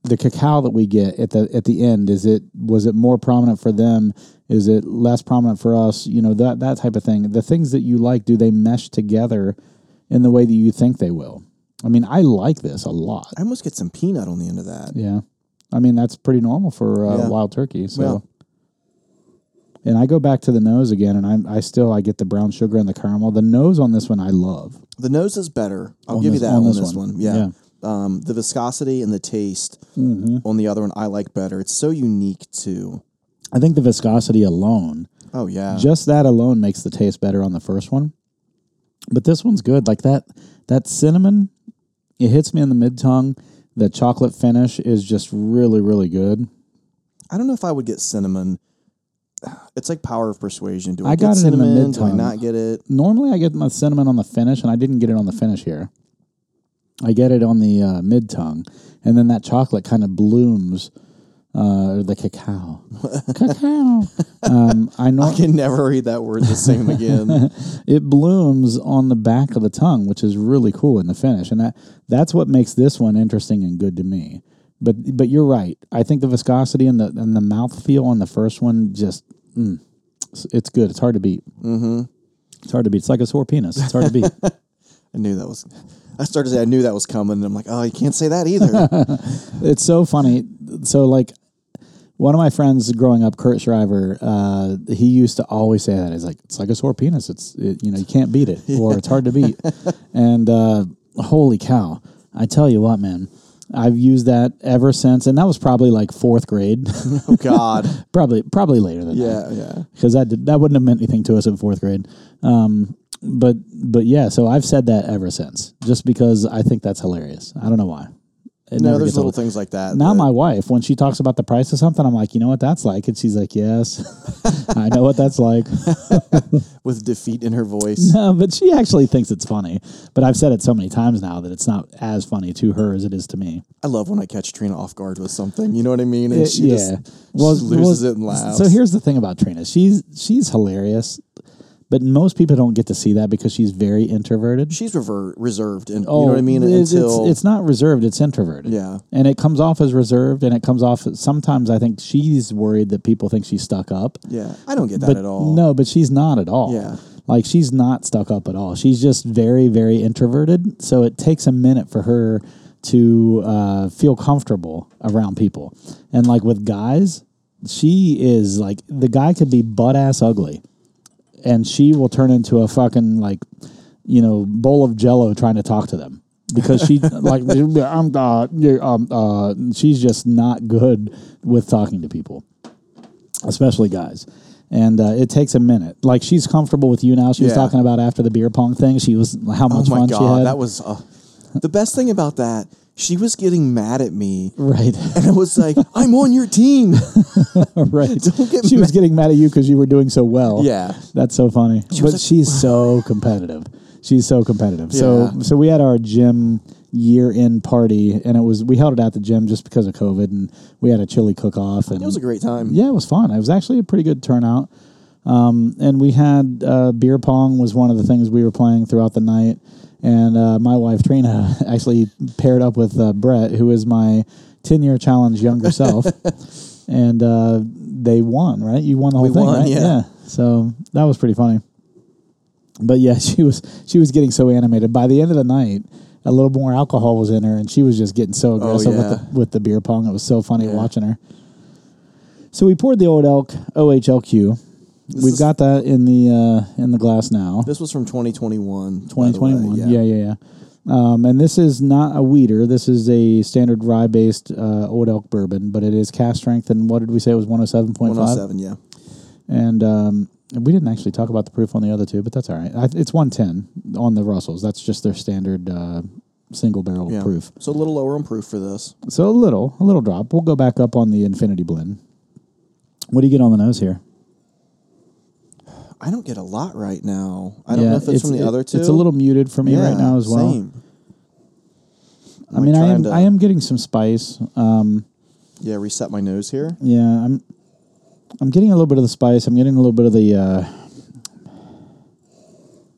S1: the cacao that we get at the at the end is it was it more prominent for them? Is it less prominent for us? You know that that type of thing. The things that you like, do they mesh together in the way that you think they will? I mean, I like this a lot.
S2: I almost get some peanut on the end of that.
S1: Yeah, I mean that's pretty normal for uh,
S2: Yeah.
S1: wild turkey. So.
S2: Well.
S1: And I go back to the nose again, and I'm, I still I get the brown sugar and the caramel. The nose on this one I love.
S2: The nose is better. I'll
S1: On
S2: give
S1: this-
S2: you that
S1: on
S2: on
S1: this
S2: this,
S1: one.
S2: one. Yeah.
S1: Yeah. Mm-hmm.
S2: Um, the viscosity and the taste on the other one I like better. It's so unique too.
S1: I think the viscosity alone
S2: Oh yeah.
S1: just that alone makes the taste better on the first one but this one's good like that that cinnamon it hits me in the mid tongue the chocolate finish is just really really good
S2: I don't know if I would get cinnamon. It's like power of persuasion. Do I,
S1: I
S2: get
S1: got it in the
S2: cinnamon? Do I
S1: mid-tongue.
S2: not get it?
S1: normally i get my cinnamon on the finish and i didn't get it on the finish here i get it on the uh, mid tongue and then that chocolate kind of blooms uh, or the cacao cacao um, i know
S2: I can never read that word the same again.
S1: it blooms on the back of the tongue, which is really cool in the finish, and that that's what makes this one interesting and good to me. But but you're right. I think the viscosity and the and the mouth feel on the first one just mm, it's- it's good. It's hard to beat. Mm-hmm. It's hard to beat. It's like a sore penis. It's hard to beat.
S2: I knew that was. I started to say I knew that was coming, and I'm like, oh, you can't say that either.
S1: it's so funny. So like one of my friends growing up, Kurt Shriver, uh, he used to always say that. He's like, it's like a sore penis. It's it, you know you can't beat it or it's hard to beat. and uh, holy cow, I tell you what, man, I've used that ever since, and that was probably like fourth grade,
S2: oh God.
S1: probably probably later than that
S2: Yeah, yeah.
S1: because that did, that wouldn't have meant anything to us in fourth grade. Um, but but yeah, so I've said that ever since, just because I think that's hilarious. I don't know why. It
S2: No,
S1: never
S2: there's
S1: gets old.
S2: little things like that.
S1: Now
S2: that-
S1: my wife, when she talks about the price of something, I'm like, you know what that's like, and she's like, yes, I know what that's like.
S2: with defeat in her voice.
S1: No, but she actually thinks it's funny. But I've said it so many times now that it's not as funny to her as it is to me.
S2: I love when I catch Trina off guard with something. You know what I mean? And
S1: It-
S2: she just she loses it and laughs.
S1: So here's the thing about Trina: she's she's hilarious, but most people don't get to see that because she's very introverted.
S2: she's rever- reserved, and you know what I mean.
S1: Oh, it's- it's-
S2: Until
S1: it's, not reserved; it's introverted.
S2: Yeah.
S1: and it comes off as reserved, and it comes off. Sometimes I think she's worried that people think she's stuck up.
S2: yeah, I don't get that
S1: but
S2: at all.
S1: No, but she's not at all.
S2: Yeah.
S1: Like she's not stuck up at all. She's just very, very introverted. So it takes a minute for her to uh, feel comfortable around people. And like with guys, she is like the guy could be butt ass ugly, and she will turn into a fucking like you know bowl of jello trying to talk to them because she like I'm uh, yeah, um, uh, she's just not good with talking to people, especially guys. And uh, it takes a minute. Like she's comfortable with you now. She was
S2: Yeah.
S1: talking about after the beer pong thing. She was how much
S2: Oh my
S1: fun she
S2: god,
S1: had.
S2: that was uh, the best thing about that. She was getting mad at me,
S1: right,
S2: and it was like, "I'm on your team."
S1: right.
S2: get
S1: she was getting mad at you because you were doing so well.
S2: Yeah.
S1: That's so funny. but
S2: was like-
S1: she's so competitive. She's so competitive. So
S2: Yeah.
S1: so we had our gym year end party and it was we held it at the gym just because of COVID and we had a chili cook off and
S2: It was a great time.
S1: yeah, it was fun. It was actually a pretty good turnout. Um, and we had uh, beer pong was one of the things we were playing throughout the night. And uh, my wife Trina actually paired up with uh, Brett, who is my ten-year challenge younger self, and uh, they won. Right, you won the whole
S2: We
S1: thing.
S2: won,
S1: right?
S2: yeah.
S1: So that was pretty funny. But yeah, she was she was getting so animated. By the end of the night, a little more alcohol was in her, and she was just getting so aggressive
S2: Oh, yeah.
S1: with the with the beer pong. It was so funny
S2: Yeah.
S1: watching her. So we poured the old elk OHLQ. We've
S2: is-
S1: got that in the uh, in the glass now.
S2: This was from 2021. by the way,
S1: 2021. yeah, yeah, yeah. Um, and this is not a weeder. This is a standard rye based uh, old elk bourbon, but it is cast strength. And what did we say it was 107.5?
S2: 107. Yeah.
S1: And um, we didn't actually talk about the proof on the other two, but that's all right. I, it's 110 on the Russells. That's just their standard uh, single barrel
S2: Yeah.
S1: proof.
S2: So a little lower on proof for this.
S1: So a little, a little drop. We'll go back up on the Infinity Blend. What do you get on the nose here?
S2: I don't get a lot right now. I don't
S1: Yeah,
S2: know if it's, from the
S1: it-
S2: other two.
S1: It's a little muted for me
S2: Yeah,
S1: right now as well.
S2: Same.
S1: I mean,
S2: like
S1: I am
S2: trying to-
S1: I am getting some spice. Um,
S2: Yeah, reset my nose here.
S1: yeah, I'm I'm getting a little bit of the spice. I'm getting a little bit of the. Uh,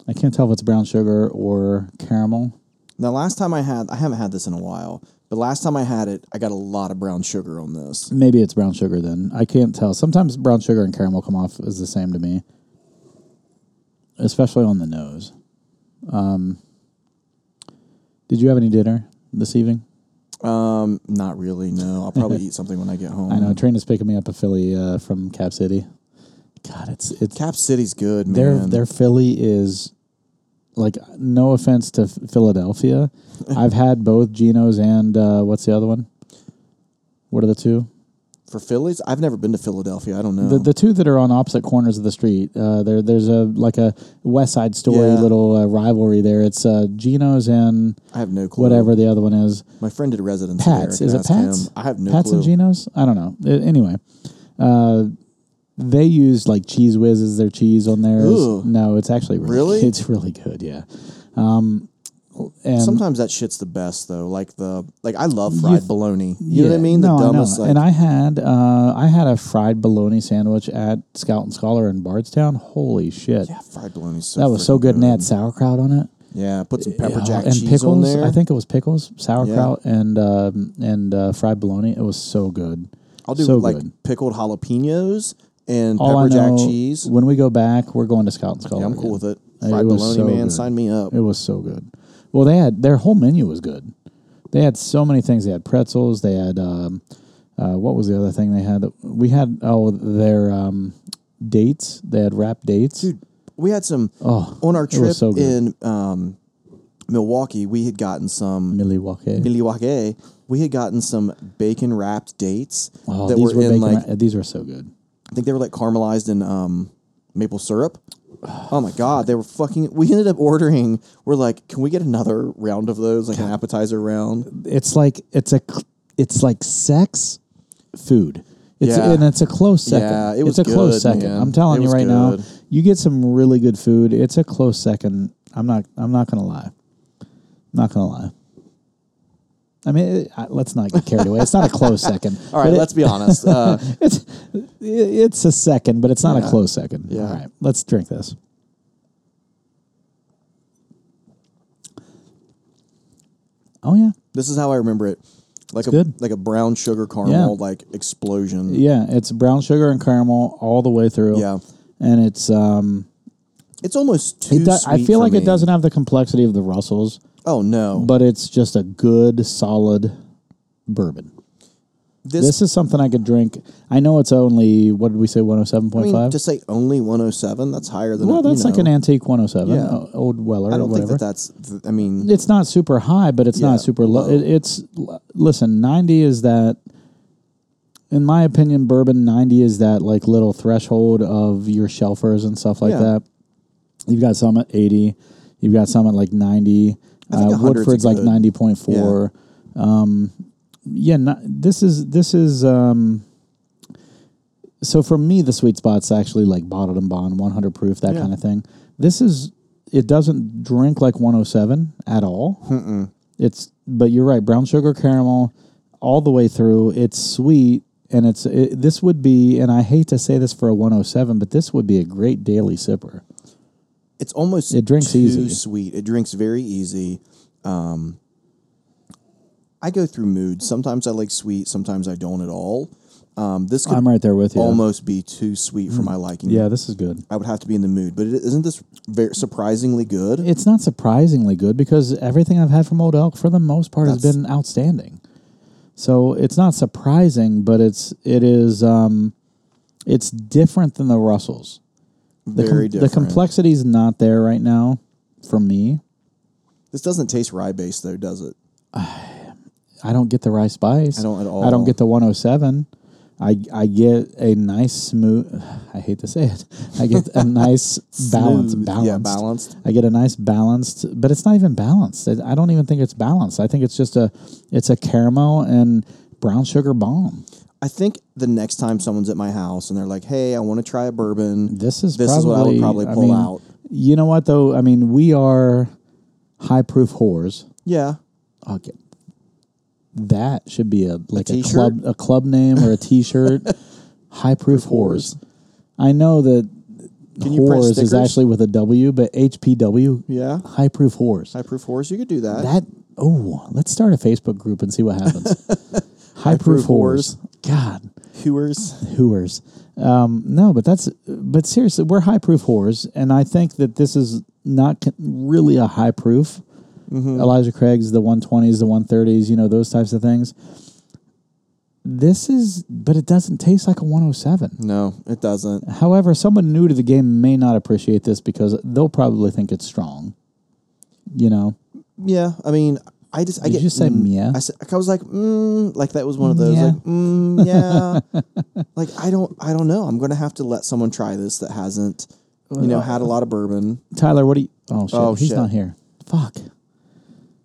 S1: I can't tell if it's brown sugar or caramel.
S2: Now, last time I had, I haven't had this in a while, but last time I had it, I got a lot of brown sugar on this.
S1: Maybe it's brown sugar then. I can't tell. Sometimes brown sugar and caramel come off as the same to me, especially on the nose. Um, did you have any dinner this evening?
S2: Um, not really. No, I'll probably eat something when I get home.
S1: I know Trina's picking me up a Philly uh, from Cap City. God, it's it's
S2: Cap City's good, man.
S1: their their Philly is like no offense to Ph- Philadelphia. I've had both Geno's and uh, what's the other one? What are the two?
S2: for Phillies, I've never been to Philadelphia. I don't know.
S1: The, the two that are on opposite corners of the street. Uh, there, there's a like a West Side Story
S2: Yeah.
S1: little uh, rivalry there. It's uh, Geno's and
S2: I have no clue.
S1: whatever the other one is.
S2: My friend did residency
S1: Pats
S2: there. I
S1: is
S2: can
S1: it
S2: ask
S1: Pats?
S2: Him. I have no
S1: Pats
S2: clue.
S1: and Geno's. I don't know. A- anyway, uh, they use like cheese whiz as their cheese on theirs.
S2: Ooh.
S1: No, it's actually really,
S2: Really?
S1: it's really good. Yeah. Um, and
S2: Sometimes that shit's the best though. Like the like I love fried bologna. You know what I
S1: Yeah.
S2: mean? The
S1: no,
S2: dumbest
S1: I know.
S2: like
S1: and I had uh, I had a fried bologna sandwich at Scout and Scholar in Bardstown. Holy shit.
S2: yeah, fried bologna. So
S1: That was so
S2: freaking
S1: good, and they had sauerkraut on it.
S2: Yeah, put some pepper
S1: Yeah,
S2: jack
S1: and
S2: cheese
S1: pickles.
S2: on there.
S1: I think it was pickles, sauerkraut, and um, and uh, fried bologna. It was so good.
S2: I'll do
S1: so
S2: like
S1: good.
S2: pickled jalapenos and
S1: All
S2: pepper
S1: I know,
S2: jack cheese.
S1: When we go back, we're going to Scout and Scholar.
S2: Yeah, I'm cool with it.
S1: It
S2: Fried
S1: was
S2: bologna,
S1: so
S2: man.
S1: good.
S2: Sign me up.
S1: It was so good. Well, they had their whole menu was good. They had so many things. They had pretzels. They had um, uh, what was the other thing they had? that- We had oh their um, dates. They had wrapped dates.
S2: Dude, we had some
S1: oh,
S2: on our
S1: was
S2: trip
S1: so good.
S2: in um, Milwaukee. We had gotten some
S1: Milwaukee.
S2: Milwaukee. We had gotten some bacon wrapped dates
S1: oh,
S2: that
S1: these
S2: were,
S1: were,
S2: in
S1: bacon
S2: like
S1: ra- these were so good.
S2: I think they were like caramelized in um, maple syrup. Oh my god, they were fucking. We ended up ordering. We're like, can we get another round of those, like an appetizer round?
S1: It's like it's a cl- it's like sex food. It's
S2: Yeah.
S1: and it's a close second.
S2: Yeah, it was
S1: it's a close
S2: good,
S1: second.
S2: man.
S1: I'm
S2: It
S1: telling you
S2: was
S1: right now,
S2: good.
S1: you get some really good food. It's a close second. I'm not I'm not going to lie. Not going to lie. I mean, it, I, let's not get carried away. It's not a close second.
S2: All right,
S1: but it-
S2: let's be honest. Uh,
S1: it's it- it's a second, but it's not a close second.
S2: Yeah.
S1: All right, let's drink this. Oh yeah,
S2: this is how I remember it. Like a
S1: good.
S2: like a brown sugar caramel
S1: Yeah.
S2: like explosion.
S1: yeah. It's brown sugar and caramel all the way through.
S2: Yeah.
S1: and it's um,
S2: It's almost too.
S1: it do-
S2: sweet
S1: I feel
S2: for
S1: like
S2: me.
S1: it doesn't have the complexity of the Russells.
S2: Oh no,
S1: but it's just a good solid bourbon.
S2: this,
S1: This, is something I could drink. I know it's only what did we say one hundred seven
S2: I
S1: point
S2: mean,
S1: five.
S2: to say only 107, that's higher than
S1: Well,
S2: you
S1: that's like
S2: know.
S1: an antique one hundred seven, uh,
S2: Yeah.
S1: old Weller.
S2: I
S1: or
S2: don't think
S1: whatever.
S2: that that's. th- I mean,
S1: it's not super high, but it's
S2: Yeah,
S1: not super low.
S2: low.
S1: It, it's l- listen, ninety is that. In my opinion, bourbon ninety is that like little threshold of your shelfers and stuff like
S2: Yeah.
S1: that. You've got some at eighty, you've got some at like ninety.
S2: I think
S1: Uh,
S2: 100 's a
S1: Woodford's like
S2: good-
S1: ninety point four. Um, yeah, no- this is this is. Um, so for me, the sweet spot's actually like bottled and bond, one hundred proof, that
S2: Yeah.
S1: kind of thing. This is it doesn't drink like one hundred seven at all. It's but you're right, brown sugar caramel all the way through. It's sweet and it's it, this would be and I hate to say this for a 107, but this would be a great daily sipper.
S2: it's almost
S1: It drinks
S2: too
S1: easy.
S2: sweet. It drinks very easy. Um, I go through moods. Sometimes I like sweet. Sometimes I don't at all. Um, this could
S1: I'm right there with you.
S2: almost be too sweet for my liking.
S1: Yeah, this is good.
S2: I would have to be in the mood. But it, isn't this very surprisingly good?
S1: It's not surprisingly good because everything I've had from Old Elk for the most part has
S2: That's-
S1: been outstanding. So it's not surprising, but it's it is um, it's different than the Russells. The com-
S2: very different.
S1: The complexity's not there right now for me.
S2: this doesn't taste rye based though, does it?
S1: I don't get the rye spice.
S2: I don't at
S1: I don't
S2: all.
S1: get the 107. I I get a nice smooth. I hate to say it. I get a nice balance.
S2: Smooth.
S1: Balanced.
S2: Yeah, balanced.
S1: I get a nice balanced, but it's not even balanced. I I don't even think it's balanced. I think it's just a it's a caramel and brown sugar bomb.
S2: I think the next time someone's at my house and they're like, "Hey, I want to try a bourbon,"
S1: This is
S2: this
S1: probably,
S2: is what I would probably pull
S1: mean,
S2: out.
S1: You know what though? I mean, we are high proof whores.
S2: Yeah,
S1: Okay. That should be a like a,
S2: t-shirt?
S1: club a club name or a T-shirt. High proof whores. I know that
S2: Can you print
S1: whores is
S2: stickers?
S1: actually with a W, but HPW.
S2: Yeah.
S1: High proof whores.
S2: high proof horse. You could do that.
S1: That oh, let's start a Facebook group and see what happens. High, proof,
S2: proof
S1: whores. God,
S2: Hewers.
S1: hooers. Um, no, but that's but seriously, we're high proof whores, and I think that this is not con- really a high proof. Elijah Craig's the 120s, the 130s, you know those types of things. This is, but it doesn't taste like a 107.
S2: No, it doesn't.
S1: However, someone new to the game may not appreciate this because they'll probably think it's strong. You know,
S2: Yeah, I mean, I just I
S1: Did
S2: get
S1: you say
S2: mm,
S1: yeah?
S2: I said I was like mm, like that was one of those
S1: Yeah.
S2: like mm, yeah, like I don't I don't know. I'm gonna have to let someone try this that hasn't you know had a lot of bourbon.
S1: Tyler, what do you? Oh shit,
S2: Oh,
S1: he's
S2: shit.
S1: not here. Fuck.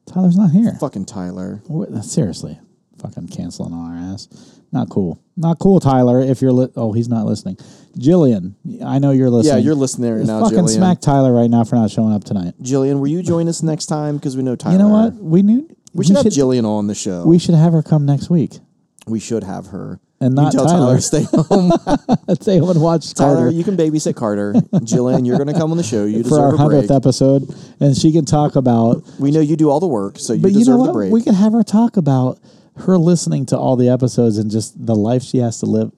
S1: Tyler's not here.
S2: Fucking Tyler.
S1: What- seriously, fucking canceling on our ass. Not cool. Not cool, Tyler. If you're li- oh, he's not listening. Jillian, I know you're listening.
S2: Yeah, you're listening right now,
S1: fucking
S2: Jillian.
S1: smack Tyler right now for not showing up tonight.
S2: Jillian, will you join us next time? Because we know Tyler.
S1: You know what? We knew
S2: We should have Jillian on the show.
S1: we should have her come next week
S2: we should have her.
S1: and
S2: You
S1: not
S2: tell
S1: Tyler.
S2: Tyler stay home.
S1: Let's say would watch
S2: Tyler,
S1: Carter
S2: you can babysit Carter. Jillian, you're going to come on the show. You
S1: for our
S2: deserve a break.
S1: hundredth episode, and she can talk about.
S2: We know you do all the work, so you
S1: But you,
S2: deserve
S1: know
S2: the
S1: what?
S2: break.
S1: We could have her talk about her listening to all the episodes and just the life she has to live.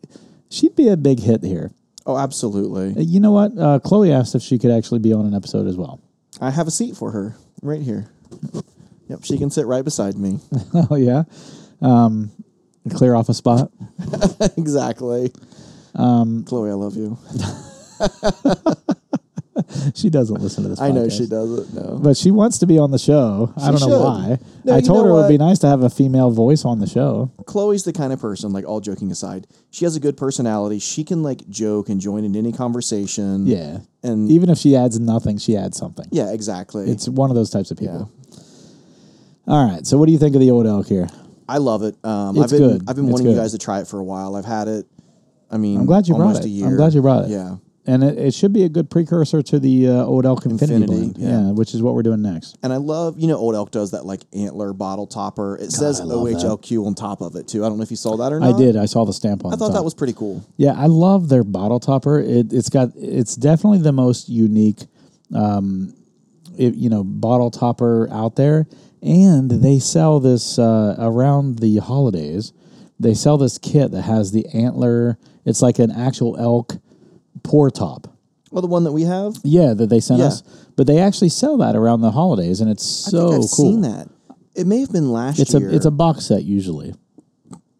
S1: She'd be a big hit here.
S2: oh, absolutely.
S1: You know what? Uh, Chloe asked if she could actually be on an episode as well.
S2: I have a seat for her right here. Yep, she can sit right beside me.
S1: oh yeah, um, clear off a spot.
S2: exactly.
S1: Um,
S2: Chloe, I love you.
S1: She doesn't listen to this.
S2: I know
S1: podcast.
S2: she doesn't. No,
S1: but she wants to be on the show. I
S2: She
S1: don't know
S2: should.
S1: why.
S2: No,
S1: I
S2: you
S1: told
S2: know
S1: her it would be
S2: what?
S1: nice to have a female voice on the show.
S2: Chloe's the kind of person. Like all joking aside, she has a good personality. She can like joke and join in any conversation.
S1: Yeah,
S2: and
S1: even if she adds nothing, she adds something.
S2: yeah, exactly.
S1: It's one of those types of people. All right. So, what do you think of the old elk here?
S2: I love it. Um,
S1: It's
S2: I've been
S1: good.
S2: I've been
S1: It's
S2: wanting you
S1: good.
S2: guys to try it for a while. I've had it. I mean,
S1: I'm glad you brought
S2: almost
S1: it.
S2: a year.
S1: I'm glad you brought it.
S2: Yeah.
S1: And it, it should be a good precursor to the uh, Old Elk Infinity,
S2: Infinity,
S1: Blend.
S2: yeah.
S1: yeah, which is what we're doing next.
S2: And I love, you know, Old Elk does that like antler bottle topper. It says
S1: I love that.
S2: OHLQ on top of it too. I don't know if you saw that or
S1: I
S2: not.
S1: did. I saw the stamp on.
S2: I
S1: the
S2: thought
S1: top.
S2: that was pretty cool.
S1: Yeah, I love their bottle topper. It, it's got. It's definitely the most unique, um, it, you know, bottle topper out there. And they sell this uh, around the holidays. They sell this kit that has the antler. It's like an actual elk pour top.
S2: Well, the one that we have.
S1: Yeah, that they sent
S2: Yeah.
S1: us. But they actually sell that around the holidays, and it's so
S2: I think I've
S1: cool.
S2: seen that. It may have been last
S1: It's
S2: year.
S1: a it's a box set usually.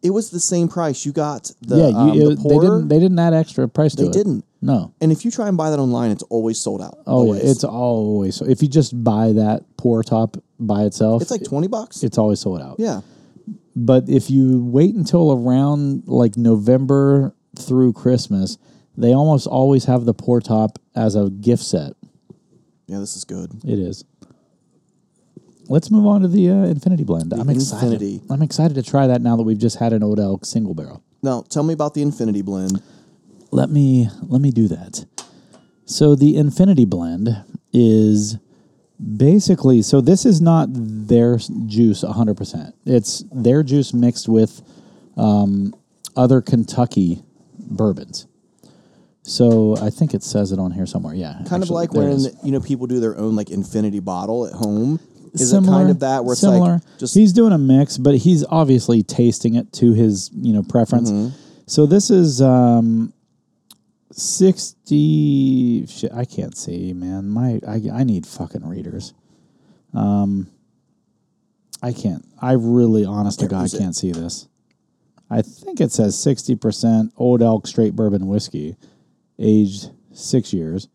S2: It was the same price. You got the
S1: yeah,
S2: um,
S1: you,
S2: the
S1: it- they
S2: pourer,
S1: didn't they didn't add extra price to
S2: They
S1: it.
S2: didn't.
S1: No.
S2: and if you try and buy that online, it's always sold out.
S1: Oh
S2: always.
S1: yeah, it's always so. If you just buy that pour top by itself,
S2: it's like twenty bucks.
S1: it's always sold out.
S2: yeah,
S1: But if you wait until around like November through Christmas, they almost always have the pour top as a gift set.
S2: yeah. This is good.
S1: It is. Let's move on to the uh, Infinity Blend. I'm excited.
S2: Infinity.
S1: I'm excited to try that now that we've just had an Odell single barrel.
S2: Now tell me about the Infinity Blend.
S1: Let me let me do that. So the Infinity Blend is basically so this is not their s- juice 100%. It's their juice mixed with um, other Kentucky bourbons. So I think it says it on here somewhere. Yeah.
S2: Kind of
S1: actually,
S2: like
S1: there it
S2: when
S1: is.
S2: you know people do their own like Infinity bottle at home. Is
S1: similar,
S2: it kind of that where it's
S1: similar.
S2: like just
S1: he's doing a mix, but he's obviously tasting it to his you know preference.
S2: Mm-hmm.
S1: So this is um, sixty. Shit, I can't see, man. My I I need fucking readers. Um, I can't. I really, honest to God,
S2: was it?
S1: can't see this. I think it says sixty percent Old Elk Straight Bourbon Whiskey, aged six years,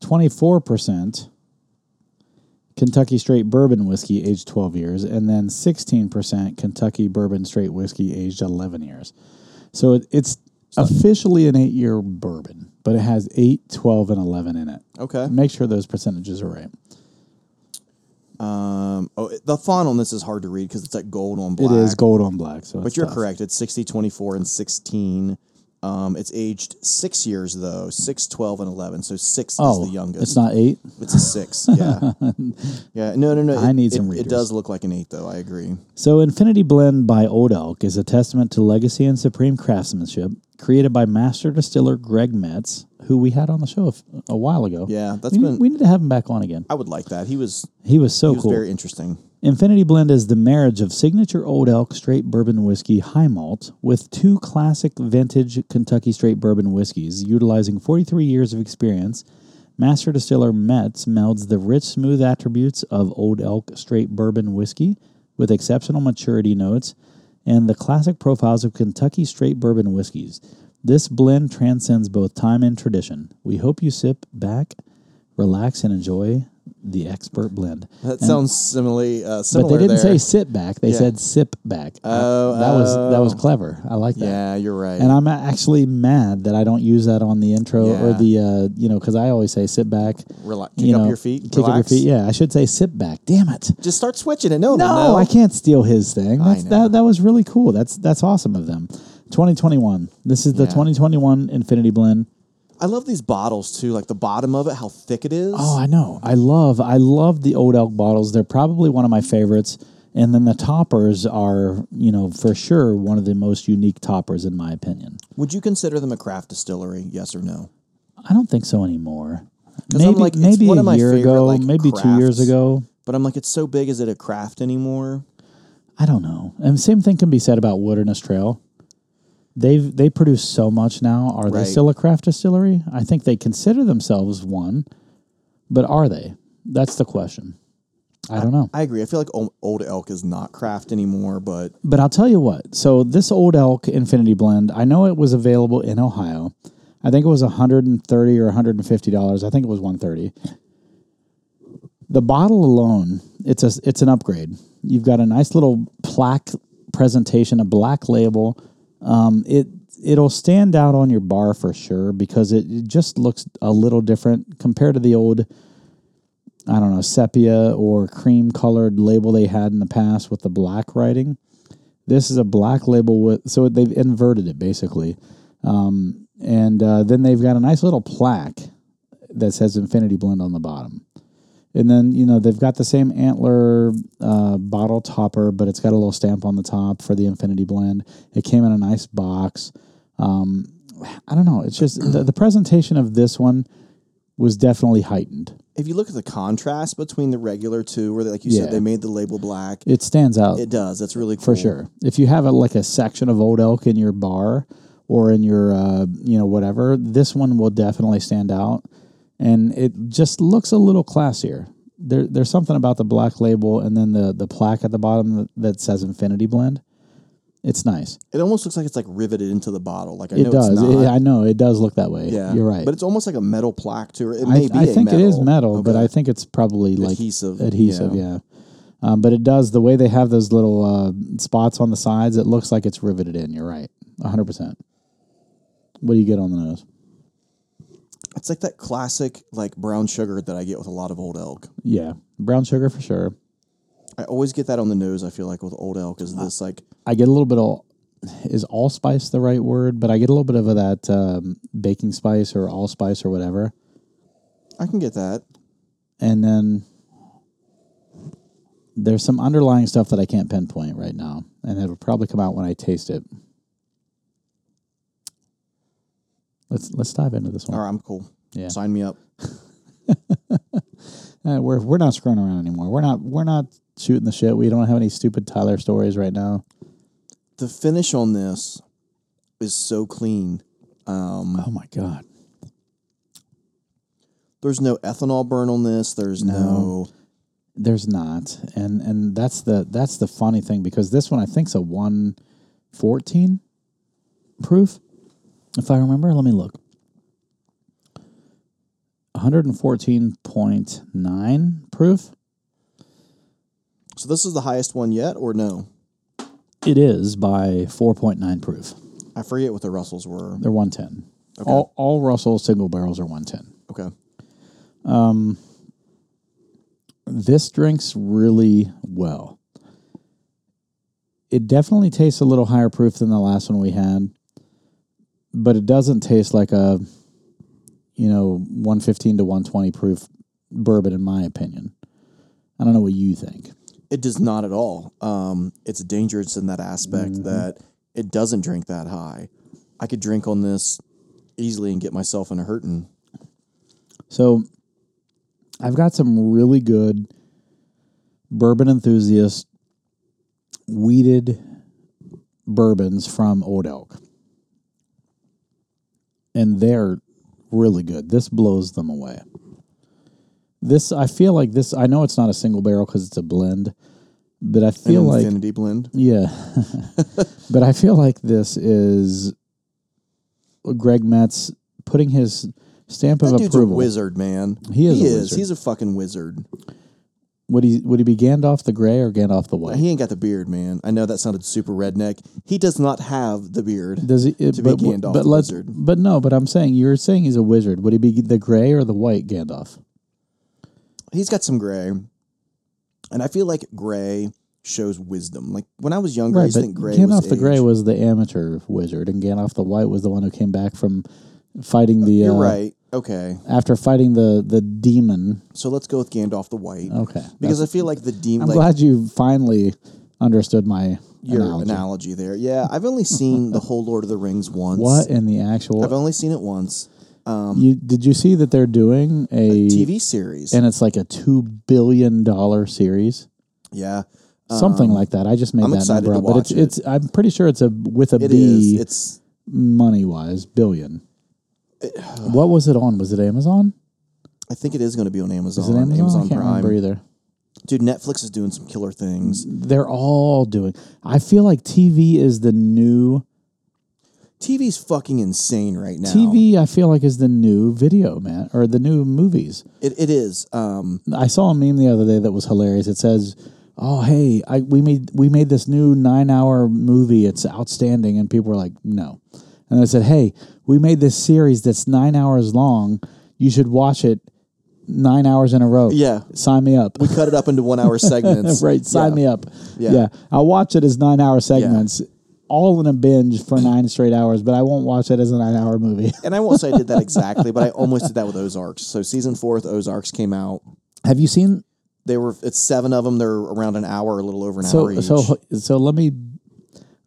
S1: twenty four percent. Kentucky Straight Bourbon Whiskey, aged 12 years, and then 16% Kentucky Bourbon Straight Whiskey, aged 11 years. So it, it's officially an eight year bourbon, but it has 8, 12, and 11 in it.
S2: okay.
S1: Make sure those percentages are right.
S2: Um, oh, it- the font on this is hard to read because it's like gold on black.
S1: It is gold on black. So
S2: But
S1: it's
S2: you're
S1: tough.
S2: correct. It's 60, 24, and 16. Um, it's aged six years, though 6, 12, and 11. So six
S1: Oh,
S2: is the youngest.
S1: it's not 8?
S2: It's a six. Yeah. yeah. No, no, no.
S1: I
S2: it-
S1: need
S2: it-
S1: some
S2: It
S1: readers.
S2: does look like an eight, though. I agree.
S1: So, Infinity Blend by Old Elk is a testament to legacy and supreme craftsmanship created by master distiller Greg Metz, who we had on the show a, f- a while ago.
S2: Yeah, that's
S1: we, need-
S2: been-
S1: we need to have him back on again.
S2: I would like that. He was,
S1: He was so
S2: he was
S1: cool.
S2: very interesting.
S1: Infinity Blend is the marriage of signature Old Elk straight bourbon whiskey high malt with two classic vintage Kentucky straight bourbon whiskeys, utilizing 43 years of experience. Master distiller Metz melds the rich, smooth attributes of Old Elk straight bourbon whiskey with exceptional maturity notes and the classic profiles of Kentucky straight bourbon whiskeys. This blend transcends both time and tradition. We hope you sip back, relax, and enjoy the expert blend. And-
S2: That sounds similarly, uh,
S1: but
S2: similar.
S1: they didn't say
S2: there.
S1: sit back. They
S2: Yeah.
S1: said sip back. Uh,
S2: Oh,
S1: that was that was
S2: oh.
S1: clever. I like that.
S2: Yeah, you're right.
S1: And I'm a- actually mad that I don't use that on the intro or
S2: Yeah.
S1: the uh, you know because I always say sit back,
S2: Rela-
S1: you
S2: kick up
S1: know,
S2: your feet,
S1: kick up your
S2: relax.
S1: feet. Yeah, I should say sit back. Damn it!
S2: Just start switching it. No,
S1: No, I can't steal his thing. That's,
S2: know.
S1: that that was really cool. That's that's awesome of them. 2021. This is the
S2: Yeah.
S1: 2021 Infinity Blend.
S2: I love these bottles too. Like the bottom of it, how thick it is.
S1: Oh, I know. I love I love the old elk bottles. They're probably one of my favorites. And then the toppers are, you know, for sure one of the most unique toppers in my opinion.
S2: Would you consider them a craft distillery? Yes or no?
S1: I don't think so anymore.
S2: 'Cause
S1: Maybe
S2: I'm like, it's
S1: maybe
S2: one
S1: a
S2: of my
S1: year
S2: favorite,
S1: ago,
S2: like,
S1: maybe two years
S2: crafts.
S1: ago.
S2: But I'm like, it's so big. Is it a craft anymore?
S1: I don't know. And same thing can be said about Wilderness Trail. They've they produce so much now. Are they
S2: Right.
S1: still a craft distillery? I think they consider themselves one, but are they? That's the question. I don't know.
S2: I agree. I feel like Ol- Old Elk is not craft anymore, but
S1: But I'll tell you what. So this Old Elk Infinity Blend, I know it was available in Ohio. I think it was 130 or 150 dollars. I think it was 130. The bottle alone, it's a it's an upgrade. You've got a nice little plaque presentation, a black label. Um, it it'll stand out on your bar for sure because it, it just looks a little different compared to the old I don't know, sepia or cream colored label they had in the past with the black writing. This is a black label with, so they've inverted it basically. Um, and uh, then they've got a nice little plaque that says Infinity Blend on the bottom. And then, you know, they've got the same antler uh, bottle topper, but it's got a little stamp on the top for the Infinity Blend. It came in a nice box. Um, I don't know. It's just the, the presentation of this one was definitely heightened.
S2: if you look at the contrast between the regular two, where they, like you
S1: Yeah.
S2: said, they made the label black,
S1: It stands out.
S2: it does. That's really cool.
S1: for sure. If you have a, like a section of old elk in your bar or in your uh, you know whatever, this one will definitely stand out. and it just looks a little classier. There, there's something about the black label and then the the plaque at the bottom that, that says Infinity Blend. It's nice.
S2: It almost looks like it's like riveted into the bottle. Like I
S1: It
S2: know
S1: does.
S2: it's not.
S1: It- I know it does look that way.
S2: yeah,
S1: you're right.
S2: But it's almost like a metal plaque too. or It
S1: I,
S2: may be.
S1: I
S2: a
S1: think it is metal, but
S2: Okay.
S1: I think it's probably like
S2: Adhesive,
S1: Adhesive, yeah.
S2: yeah.
S1: Um, but it does the way they have those little uh, spots on the sides. It looks like it's riveted in. You're right, 100. percent What do you get on the nose?
S2: it's like that classic like brown sugar that I get with a lot of old elk.
S1: Yeah, brown sugar for sure.
S2: I always get that on the nose. I feel like with old elk
S1: Uh.
S2: is this like
S1: I get a little bit of is allspice the right word? But I get a little bit of that um, baking spice or allspice or whatever,
S2: I can get that.
S1: and then there's some underlying stuff that I can't pinpoint right now, and it'll probably come out when I taste it. Let's let's dive into this one.
S2: All right, I'm cool.
S1: Yeah.
S2: Sign me up.
S1: Uh, we're we're not screwing around anymore. We're not we're not shooting the shit. We don't have any stupid Tyler stories right now.
S2: The finish on this is so clean. Um,
S1: Oh my god.
S2: there's no ethanol burn on this. There's no.
S1: There's not, and and that's the that's the funny thing because this one I think's a one fourteen proof, if I remember. Let me look. One hundred and fourteen point nine proof.
S2: So this is the highest one yet, or no?
S1: It is by four point nine proof.
S2: I forget what the Russells were.
S1: They're one ten. All all Russell single barrels are one ten.
S2: Okay.
S1: this drinks really well. It definitely tastes a little higher proof than the last one we had, but it doesn't taste like a, you know, 115 to 120 proof bourbon, in my opinion. I don't know what you think.
S2: It does not at all. Um, it's dangerous in that aspect
S1: Mm-hmm.
S2: that it doesn't drink that high. I could drink on this easily and get myself in a hurting.
S1: So I've got some really good bourbon enthusiast weeded bourbons from Old Elk. And they're really good. This blows them away. This I feel like this I know it's not a single barrel cuz it's a blend, but I
S2: An
S1: feel like
S2: infinity blend.
S1: yeah. but I feel like this is Greg Metz putting his stamp
S2: That
S1: of
S2: dude's
S1: approval.
S2: a wizard, man.
S1: He is
S2: He
S1: a
S2: is.
S1: wizard.
S2: He's a fucking wizard.
S1: Would he would he be Gandalf the Grey or Gandalf the White?
S2: He ain't got the beard, man. I know that sounded super redneck. He does not have the beard.
S1: Does he it,
S2: To be
S1: but,
S2: Gandalf
S1: but
S2: the
S1: let's-
S2: wizard.
S1: But no, but I'm saying you're saying he's a wizard. Would he be the Grey or the White Gandalf?
S2: He's got some gray, and I feel like gray shows wisdom. Like when I was younger, I
S1: Right,
S2: used
S1: but
S2: to think gray
S1: Gandalf
S2: was
S1: the Grey
S2: age.
S1: was the amateur wizard, and Gandalf the White was the one who came back from fighting the.
S2: You're
S1: uh,
S2: right. Okay,
S1: After fighting the the demon.
S2: so let's go with Gandalf the White.
S1: Okay.
S2: because I feel like the demon.
S1: Oh, I'm
S2: like,
S1: glad you finally understood my
S2: your
S1: analogy.
S2: analogy. there. Yeah, I've only seen the whole Lord of the Rings once.
S1: What in the actual?
S2: I've only seen it once. Um,
S1: you did you see that they're doing a,
S2: TV series.
S1: and it's like a two billion dollar series.
S2: yeah,
S1: something like that. I just made
S2: Um, I'm
S1: that
S2: excited
S1: number
S2: to
S1: up, but it's
S2: watch it.
S1: it's. I'm pretty sure it's a with a B
S2: it is. It's
S1: money wise billion. what was it on? Was it Amazon?
S2: I think it is going to be on Amazon.
S1: Is it Amazon? I can't
S2: Prime.
S1: remember either.
S2: Dude, Netflix is doing some killer things.
S1: They're all doing. I feel like TV is the new
S2: TV's fucking insane right now.
S1: TV. I feel like is the new video man or the new movies.
S2: it, it is. Um,
S1: I saw a meme the other day that was hilarious. It says, "Oh hey, I, we made we made this new nine hour movie. It's outstanding." And people were like, "No," and I said, "Hey, we made this series that's nine hours long. You should watch it nine hours in a row."
S2: Yeah.
S1: sign me up.
S2: we cut it up into one hour segments.
S1: right, sign
S2: Yeah.
S1: me up.
S2: Yeah.
S1: I'll watch it as nine hour segments. All in a binge for nine straight hours, but I won't watch it as a nine-hour movie.
S2: And I won't say I did that exactly, but I almost did that with Ozarks. So season four with Ozarks came out.
S1: Have you seen
S2: They were it's seven of them. They're around an hour, a little over an hour
S1: so
S2: each.
S1: so so let me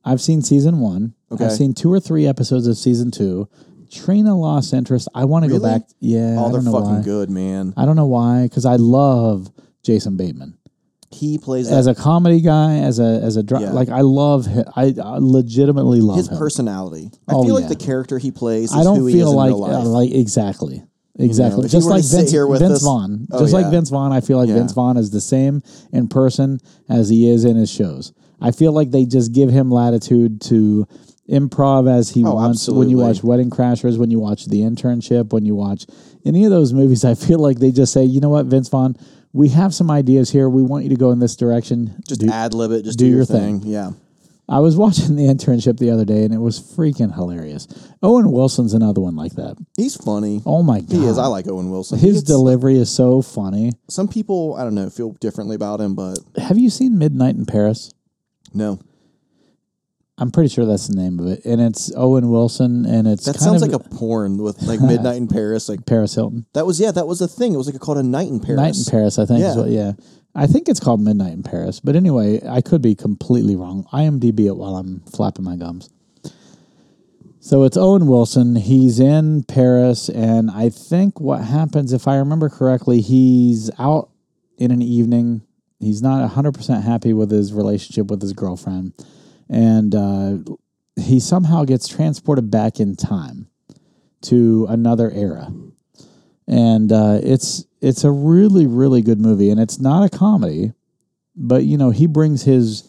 S1: i've seen season one
S2: Okay.
S1: i've seen two or three episodes of season two trina lost interest i want to
S2: Really?
S1: go back yeah
S2: oh,
S1: I
S2: they're
S1: don't know
S2: fucking
S1: why.
S2: good, man.
S1: i don't know why because i love jason bateman
S2: He plays that
S1: as a comedy guy as a as a dra-
S2: Yeah.
S1: like i love him i, I legitimately love
S2: his
S1: him
S2: personality. I
S1: Oh,
S2: feel
S1: yeah.
S2: like the character he plays is
S1: i don't
S2: who he is
S1: feel
S2: in
S1: like
S2: real life.
S1: uh, like exactly Exactly.
S2: if you
S1: just
S2: were to
S1: like
S2: sit
S1: Vince,
S2: here with
S1: Vince
S2: us-
S1: Vaughn.
S2: Oh,
S1: just like
S2: yeah.
S1: Vince Vaughn, I feel like
S2: Yeah.
S1: Vince Vaughn is the same in person as he is in his shows. I feel like they just give him latitude to improv as he
S2: Oh,
S1: wants. When you watch
S2: absolutely.
S1: Wedding Crashers, when you watch The Internship, when you watch any of those movies, I feel like they just say, you know what, Vince Vaughn, we have some ideas here. We want you to go in this direction.
S2: Just
S1: Do-
S2: ad lib it. Just
S1: do
S2: do, your,
S1: your
S2: thing. Yeah.
S1: I was watching The Internship the other day and it was freaking hilarious. Owen Wilson's another one like that.
S2: He's funny.
S1: Oh my God.
S2: he is. I like Owen Wilson. He
S1: His
S2: gets-
S1: delivery is so funny.
S2: some people I don't know feel differently about him, but
S1: Have you seen Midnight in Paris?
S2: no,
S1: I'm pretty sure that's the name of it, and it's Owen Wilson, and it's
S2: that
S1: kind
S2: sounds
S1: of
S2: like a porn with like Midnight in Paris. Like
S1: Paris Hilton.
S2: that was yeah, that was a thing. It was like called a Night in Paris.
S1: Night in Paris, I think. Yeah. Is
S2: Yeah.
S1: what, yeah, I think it's called Midnight in Paris, but anyway, I could be completely wrong. IMDb it while I'm flapping my gums. So it's Owen Wilson. He's in Paris, and I think what happens, if I remember correctly, he's out in an evening. He's not 100% happy with his relationship with his girlfriend, and uh, he somehow gets transported back in time to another era. And uh, it's it's a really really good movie, and it's not a comedy, but you know he brings his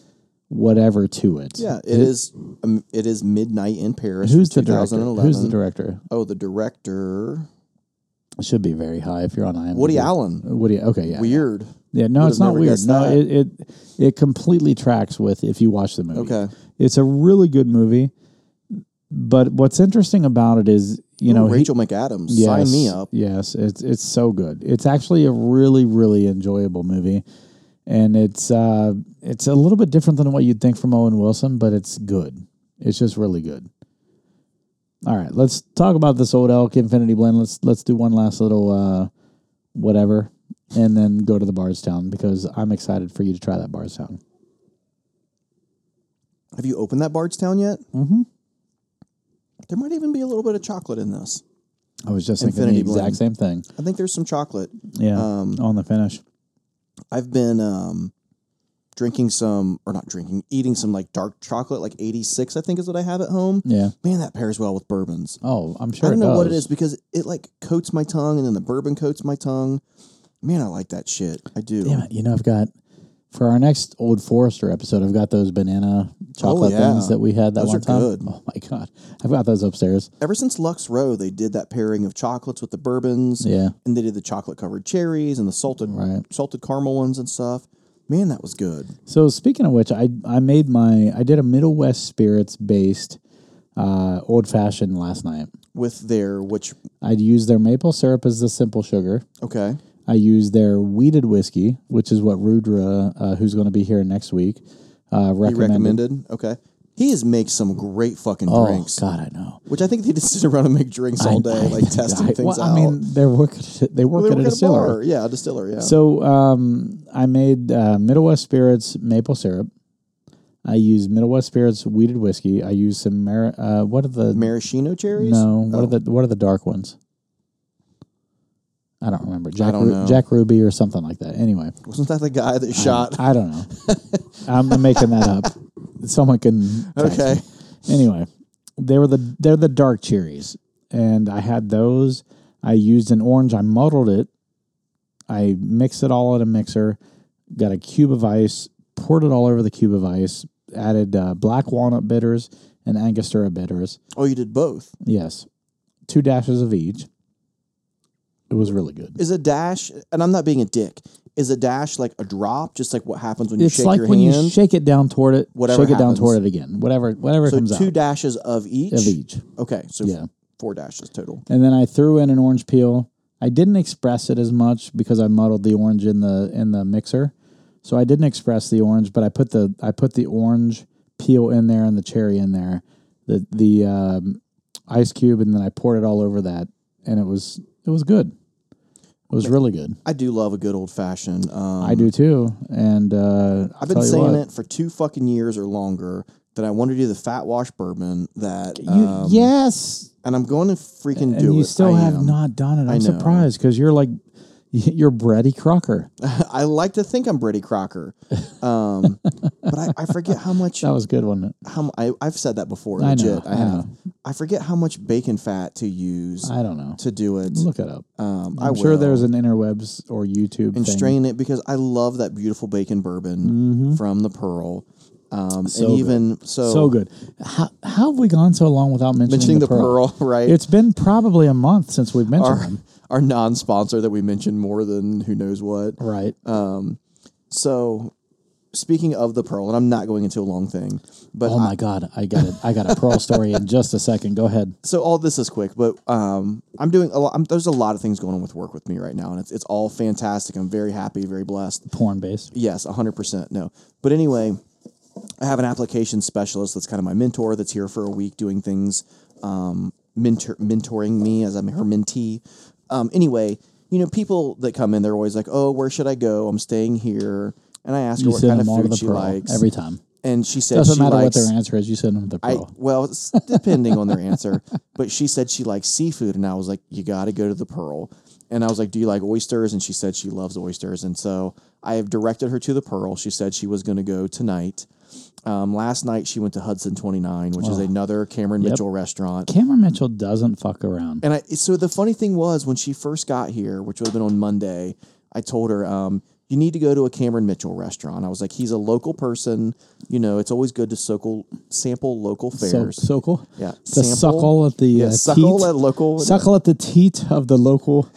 S1: whatever to it.
S2: Yeah, it is. Um, it is Midnight in Paris.
S1: Who's the
S2: from
S1: director?
S2: 2011.
S1: Who's the director?
S2: Oh, the director
S1: It should be very high if you're on IMDb.
S2: Woody Allen.
S1: Woody. Okay, yeah,
S2: Weird.
S1: yeah. No,
S2: Would've
S1: it's not
S2: never
S1: weird.
S2: guessed
S1: No,
S2: that.
S1: it, it it completely tracks with if you watch the movie.
S2: Okay.
S1: it's a really good movie. But what's interesting about it is, you
S2: Ooh,
S1: know, he-
S2: Rachel McAdams. Sign me up.
S1: Yes, it's it's so good. It's actually a really really enjoyable movie, and it's uh it's a little bit different than what you'd think from Owen Wilson, but it's good. It's just really good. All right, let's talk about this old elk Infinity Blend. Let's let's do one last little uh whatever, and then go to the Bardstown because I'm excited for you to try that Bardstown.
S2: Have you opened that Bardstown yet? Mm-hmm. There might even be a little bit of chocolate in this.
S1: I was just thinking
S2: Infinity
S1: the exact
S2: Blend.
S1: same
S2: Um,
S1: thing.
S2: I think there's some chocolate.
S1: Yeah, on the finish.
S2: I've been um, drinking some, or not drinking, eating some like dark chocolate, like 86, I think is what I have at home.
S1: Yeah.
S2: Man, that pairs well with bourbons.
S1: Oh, I'm
S2: I
S1: sure.
S2: don't know what it
S1: does.
S2: is because it like coats my tongue and then the bourbon coats my tongue. Man, I like that shit. I do.
S1: Damn it. You know, I've got for our next Old Forester episode, I've got those banana chocolate
S2: Oh, yeah.
S1: things that we had that
S2: Those
S1: one
S2: are
S1: time.
S2: good.
S1: Oh my god. I've got those upstairs.
S2: Ever since Lux Row, they did that pairing of chocolates with the bourbons.
S1: Yeah.
S2: And they did the chocolate covered cherries and the salted
S1: Right.
S2: salted caramel ones and stuff. Man, that was good.
S1: So speaking of which, I I made my I did a Middle West spirits based uh, old fashioned last night.
S2: With their which
S1: I'd used their maple syrup as the simple sugar.
S2: okay.
S1: I used their weeded whiskey, which is what Rudra, uh, who's going to be here next week, uh,
S2: He
S1: recommended.
S2: recommended. Okay. He has made some great fucking
S1: oh
S2: drinks.
S1: God, I know.
S2: Which I think they just sit around and make drinks all
S1: I-
S2: day,
S1: I-
S2: like testing
S1: I-
S2: things
S1: well,
S2: out.
S1: I mean, they're working. They work
S2: They
S1: at a
S2: work at a
S1: distillery.
S2: bar. Yeah, a distiller, yeah.
S1: So um, I made uh, Middle West Spirits maple syrup. I use Middle West Spirits weeded whiskey. I use some mar- uh, what are the
S2: Maraschino cherries?
S1: no what
S2: Oh,
S1: are the what are the dark ones? I don't remember Jack
S2: don't
S1: Ru-
S2: know.
S1: Jack Ruby or something like that. Anyway,
S2: wasn't that the guy that shot?
S1: I don't know. I'm making that up. Someone can text
S2: Okay.
S1: anyway, they were the they're the dark cherries, and I had those. I used an orange. I muddled it. I mixed it all in a mixer. Got a cube of ice. Poured it all over the cube of ice. Added uh, black walnut bitters and Angostura bitters.
S2: Oh, you did both.
S1: Yes, two dashes of each. It was really good.
S2: Is a dash, and I'm not being a dick. Is a dash like a drop, just like what happens when
S1: It's
S2: you shake
S1: like
S2: your
S1: when
S2: hand?
S1: you shake it down toward it.
S2: Whatever
S1: shake it down
S2: happens.
S1: toward it again. Whatever, whatever
S2: so
S1: comes
S2: two
S1: out
S2: dashes of each.
S1: of each.
S2: Okay, so
S1: Yeah.
S2: four dashes total.
S1: and then I threw in an orange peel. I didn't express it as much because I muddled the orange in the in the mixer, so I didn't express the orange. But I put the I put the orange peel in there and the cherry in there, the the um, ice cube, and then I poured it all over that, and it was it was good. It was really good.
S2: I do love a good old fashioned. Um,
S1: I do too, and uh,
S2: I've been saying it for two fucking years or longer that I want to do the fat wash bourbon that,
S1: You,
S2: um,
S1: yes,
S2: and I'm going to freaking
S1: and
S2: do
S1: you
S2: it.
S1: still
S2: I
S1: have
S2: am.
S1: not done it. I'm
S2: know.
S1: surprised because you're like, You're Brady Crocker.
S2: I like to think I'm Brady Crocker, um, but I, I forget how much
S1: That was good, wasn't it?
S2: how mu- I, I've said that before.
S1: Oh. I know,
S2: legit, I
S1: I
S2: have.
S1: know.
S2: I forget how much bacon fat to use
S1: I don't know.
S2: to do it.
S1: Look it up.
S2: um, I
S1: I'm sure
S2: will.
S1: there's an interwebs or YouTube thing.
S2: and strain it because I love that beautiful bacon bourbon from the Pearl. Um,
S3: So
S2: and
S3: good.
S2: even so,
S1: Mm-hmm. so good. How, how have we gone so long without mentioning,
S2: mentioning
S1: the, pearl?
S2: right?
S1: It's been probably a month since we've mentioned
S2: our,
S1: them.
S2: our non-sponsor that we mentioned more than who knows what.
S1: Right.
S2: Uh, So, speaking of the Pearl, and I'm not going into a long thing, but
S1: oh my God, I got it. I got a pearl story in just a second. Go ahead.
S2: so all this is quick, but um, I'm doing a lot. I'm, there's a lot of things going on with work with me right now, and it's it's all fantastic. I'm very happy, very blessed.
S1: Porn based.
S2: Yes, 100%. No. But anyway, I have an application specialist that's kind of my mentor that's here for a week doing things, um, mentor, mentoring me as I'm her mentee. Um, anyway, you know, people that come in, they're always like, oh, where should I go? I'm staying here. And I ask her
S1: You
S2: what
S1: send
S2: kind of
S1: them all to
S2: food
S1: the
S2: she
S1: pearl
S2: likes.
S1: every time.
S2: and she said
S1: Doesn't
S2: she
S1: matter
S2: likes.
S1: what their answer is. You send them to the
S2: I,
S1: pearl.
S2: well, it's depending on their answer, but she said she likes seafood, and I was like, "You got to go to the Pearl." And I was like, "Do you like oysters?" And she said she loves oysters, and so I have directed her to the Pearl. She said she was going to go tonight. Um, last night she went to Hudson Twenty Nine, which is another Cameron Mitchell restaurant.
S1: Cameron Mitchell doesn't fuck around.
S2: And I so the funny thing was when she first got here, which would have been on Monday, I told her, um, you need to go to a Cameron Mitchell restaurant. I was like, he's a local person. You know, it's always good to sockle, sample local
S1: So,
S2: fairs.
S1: suckle?
S2: Yeah,
S1: The
S2: sample-
S1: suckle at the
S2: yeah,
S1: uh,
S2: suckle
S1: teat.
S2: at local
S1: suckle at the teat of the local.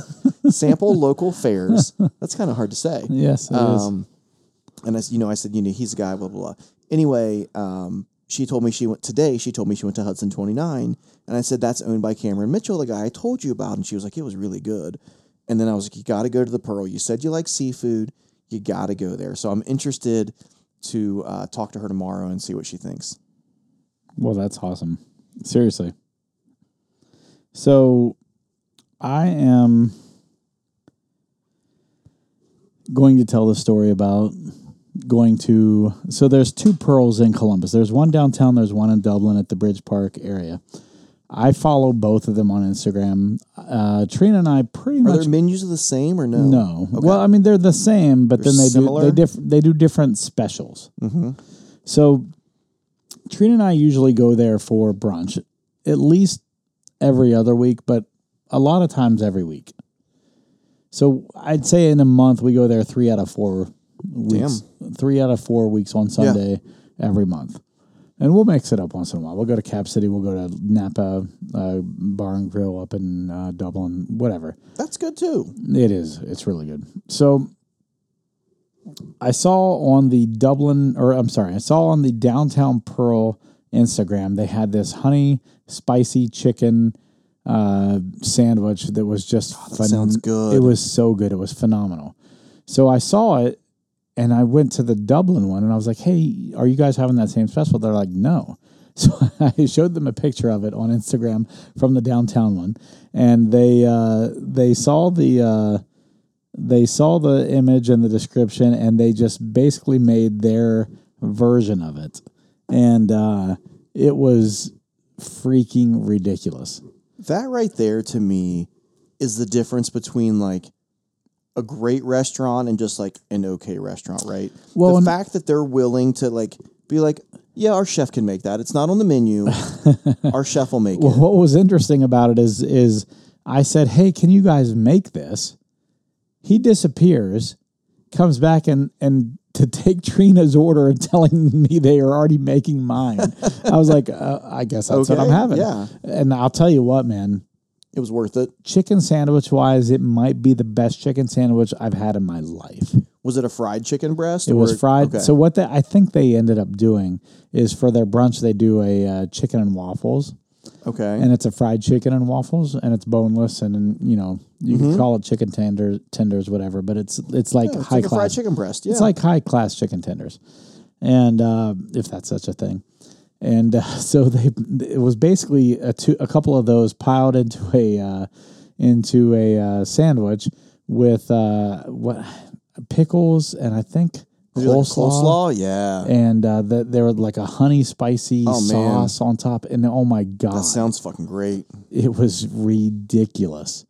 S2: sample local fairs. That's kind of hard to say.
S1: Yes, it is.
S2: Um, and I, s- you know, I said, you know, he's a guy, blah blah blah. Anyway, um, she told me she went today. She told me she went to Hudson Twenty Nine, and I said that's owned by Cameron Mitchell, the guy I told you about. And she was like, it was really good. And then I was like, you got to go to the Pearl. You said you like seafood. You got to go there. So I'm interested to uh, talk to her tomorrow and see what she thinks.
S1: Well, that's awesome. Seriously. So I am going to tell the story about going to so there's two pearls in Columbus. There's one downtown, there's one in Dublin at the Bridge Park area. I follow both of them on Instagram. Uh, Trina and I pretty
S2: Are
S1: much
S2: their menus the same or no?
S1: no. Well, I mean they're the same, but then they
S2: similar?
S1: do they diff- they do different specials. Mm-hmm. So Trina and I usually go there for brunch, at least every other week, but a lot of times every week. So I'd say in a month we go there three out of four weeks. Three out of four weeks on Sunday every month. And we'll mix it up once in a while. We'll go to Cap City. We'll go to Napa uh, Bar and Grill up in uh, Dublin, whatever.
S2: That's good too.
S1: It is. It's really good. So I saw on the Dublin, or I'm sorry, I saw on the Downtown Pearl Instagram, they had this honey spicy chicken uh, sandwich that was just phen-
S2: Oh, sounds good.
S1: It was so good. It was phenomenal. So I saw it and I went to the Dublin one and I was like, hey, are you guys having that same special? They're like, no. So I showed them a picture of it on Instagram from the downtown one, and they uh, they saw the uh, they saw the image and the description, and they just basically made their version of it, and uh, it was freaking ridiculous.
S2: That right there to me is the difference between like a great restaurant and just like an okay restaurant, right?
S1: Well,
S2: the
S1: and-
S2: fact that they're willing to like be like, yeah, our chef can make that. It's not on the menu. our chef will make
S1: Well,
S2: it.
S1: what was interesting about it is is I said, "Hey, can you guys make this?" He disappears, comes back and and to take Trina's order and telling me they are already making mine. I was like, uh, "I guess that's what I'm
S2: Okay,
S1: having."
S2: yeah.
S1: And I'll tell you what, man,
S2: It was worth it.
S1: chicken sandwich wise, it might be the best chicken sandwich I've had in my life.
S2: Was it a fried chicken breast?
S1: It was fried.
S2: Okay.
S1: So what they, I think they ended up doing is for their brunch they do a uh, chicken and waffles
S2: okay.
S1: and it's a fried chicken and waffles, and it's boneless, and, and, you know you can call it chicken tender tenders, whatever. But it's it's like
S2: Mm-hmm. Yeah, it's
S1: high
S2: like a
S1: class.
S2: fried chicken breast. Yeah.
S1: It's like high class chicken tenders, and uh, if that's such a thing. And uh, so they it was basically a two, a couple of those piled into a uh, into a uh, sandwich with uh, what pickles and I think
S2: Did you like
S1: coleslaw
S2: coleslaw? Yeah.
S1: and uh, the, there was like a honey spicy
S2: Oh, man.
S1: sauce on top, and oh my god,
S2: Sounds fucking great.
S1: it was ridiculous.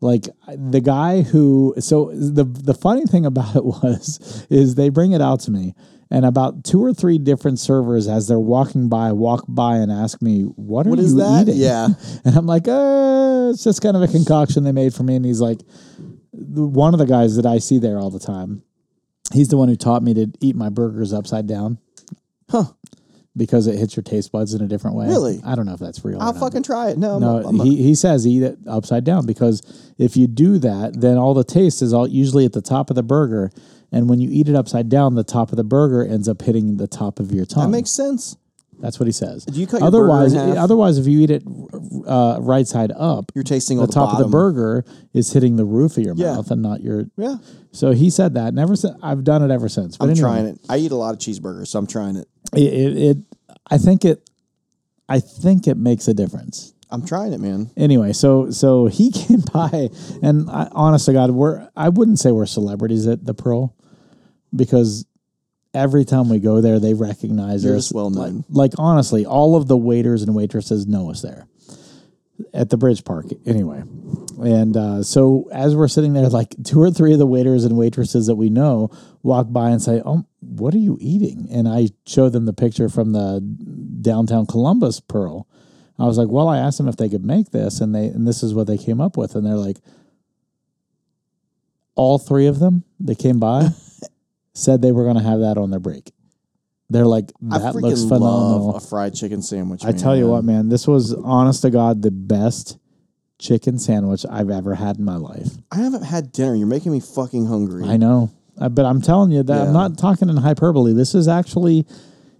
S1: Like I- the guy who so the the funny thing about it was is they bring it out to me and about two or three different servers as they're walking by walk by and ask me what are
S2: What
S1: you
S2: is that?
S1: eating?
S2: Yeah.
S1: And I'm like, uh, it's just kind of a concoction they made for me. And he's like, the- one of the guys that I see there all the time, he's the one who taught me to eat my burgers upside down.
S2: Huh.
S1: Because it hits your taste buds in a different way.
S2: Really?
S1: I don't know if that's real.
S2: I'll
S1: or not.
S2: fucking try it. No, I'm
S1: No,
S2: not- I'm not-
S1: he, he says eat it upside down because if you do that, then all the taste is all usually at the top of the burger. And when you eat it upside down, the top of the burger ends up hitting the top of your tongue.
S2: that makes sense.
S1: That's what he says.
S2: Do you cut your burger in
S1: otherwise,
S2: half?
S1: otherwise, if you eat it uh, right side up,
S2: You're tasting
S1: the
S2: all the
S1: top of the
S2: bottom.
S1: burger is hitting the roof of your
S2: Yeah.
S1: mouth and not your.
S2: Yeah.
S1: So he said that. Never since I've done it ever since. But
S2: I'm
S1: anyway,
S2: trying it. I eat a lot of cheeseburgers, so I'm trying it.
S1: It, it, it. I think it. I think it makes a difference.
S2: I'm trying it, man.
S1: Anyway, so so he came by, and I, honest to God, we're I wouldn't say we're celebrities at the Pearl, because every time we go there, they recognize
S2: You're
S1: us.
S2: just well known.
S1: like honestly, all of the waiters and waitresses know us there at the bridge park anyway. And uh, so as we're sitting there, like two or three of the waiters and waitresses that we know walk by and say, "Oh, what are you eating?" And I show them the picture from the downtown Columbus Pearl. I was like, "Well, I asked them if they could make this, and they and this is what they came up with." And they're like, all three of them that came by said they were going to have that on their break. They're like,
S2: I
S1: "That
S2: freaking
S1: looks phenomenal."
S2: love a fried chicken sandwich.
S1: I tell you
S2: man.
S1: what, man, this was
S2: uh,
S1: honest to God the best chicken sandwich I've ever had in my life.
S2: I haven't had dinner. You're making me fucking hungry.
S1: I know, Uh, but I'm telling you that
S2: Yeah.
S1: I'm not talking in hyperbole. This is actually,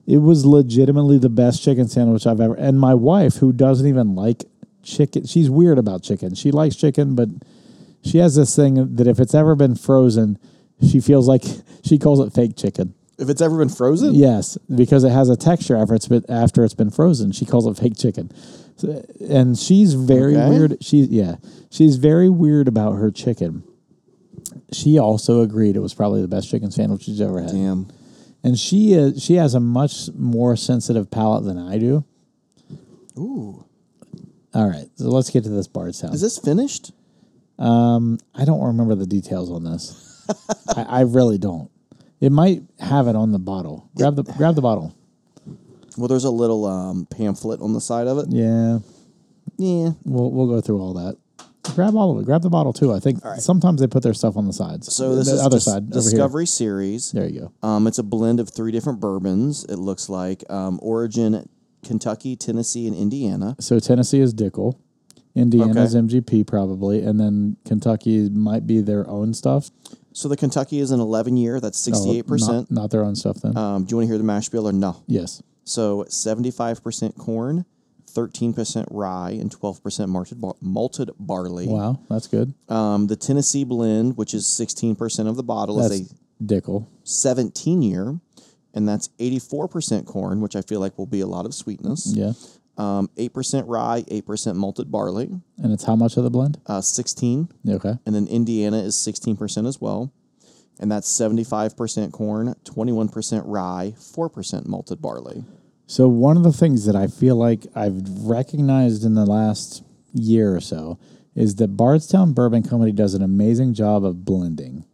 S1: it was legitimately the best chicken sandwich I've ever. And my wife, who doesn't even like chicken, she's weird about chicken. She likes chicken, but she has this thing that if it's ever been frozen, she feels like she calls it fake chicken.
S2: If it's ever been frozen,
S1: Yes, because it has a texture after it's been after it's been frozen. She calls it fake chicken, so, and she's very
S2: Okay.
S1: weird. She yeah, she's very weird about her chicken. She also agreed it was probably the best chicken sandwich she's ever had,
S2: damn.
S1: and she is she has a much more sensitive palate than I do.
S2: Ooh,
S1: All right, so let's get to this Bard's house.
S2: is this finished?
S1: I don't remember the details on this. I, I really don't. It might have it on the bottle. Grab the grab the bottle.
S2: Well, there's a little um, pamphlet on the side of it.
S1: Yeah.
S2: Yeah.
S1: We'll we'll go through all that. Grab all of it. Grab the bottle too. I think sometimes they put their stuff on the sides.
S2: So this
S1: the
S2: is
S1: other
S2: Dis-
S1: side. over here.
S2: Discovery series.
S1: There you go.
S2: Um, it's a blend of three different bourbons. It looks like um, origin Kentucky, Tennessee, and Indiana.
S1: So Tennessee is Dickel, Indiana's MGP probably, and then Kentucky might be their own stuff.
S2: So the Kentucky is an 11 year. That's
S1: No,
S2: 68 percent.
S1: Oh, Not, not their own stuff then.
S2: Um, do you want to hear the mash bill or no?
S1: yes.
S2: So 75 percent corn, 13 percent rye, and 12 percent malted bar- malted barley.
S1: Wow, that's good.
S2: Um, the Tennessee blend, which is 16 percent of the bottle,
S1: That's
S2: is a
S1: Dickel.
S2: 17 year, and that's 84% corn, which I feel like will be a lot of sweetness.
S1: Yeah.
S2: Um, 8% rye, 8% malted barley,
S1: And it's how much of the blend?
S2: uh, 16,
S1: Okay.
S2: and then Indiana is 16% as well. And that's 75% corn, 21% rye, 4% malted barley.
S1: So one of the things that I feel like I've recognized in the last year or so is that Bardstown Bourbon Company does an amazing job of blending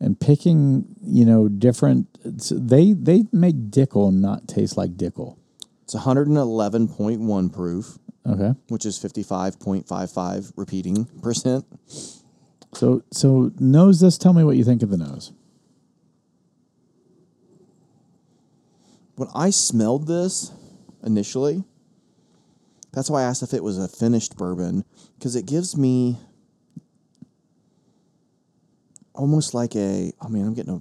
S1: and picking, you know, different. it's- They they make Dickel not taste like Dickel.
S2: It's 111.1 proof,
S1: Okay.
S2: which is 55.55 repeating percent.
S1: So so nose this. Tell me what you think of the nose.
S2: When I smelled this initially, that's why I asked if it was a finished bourbon because it gives me almost like a. Oh man, I'm getting a.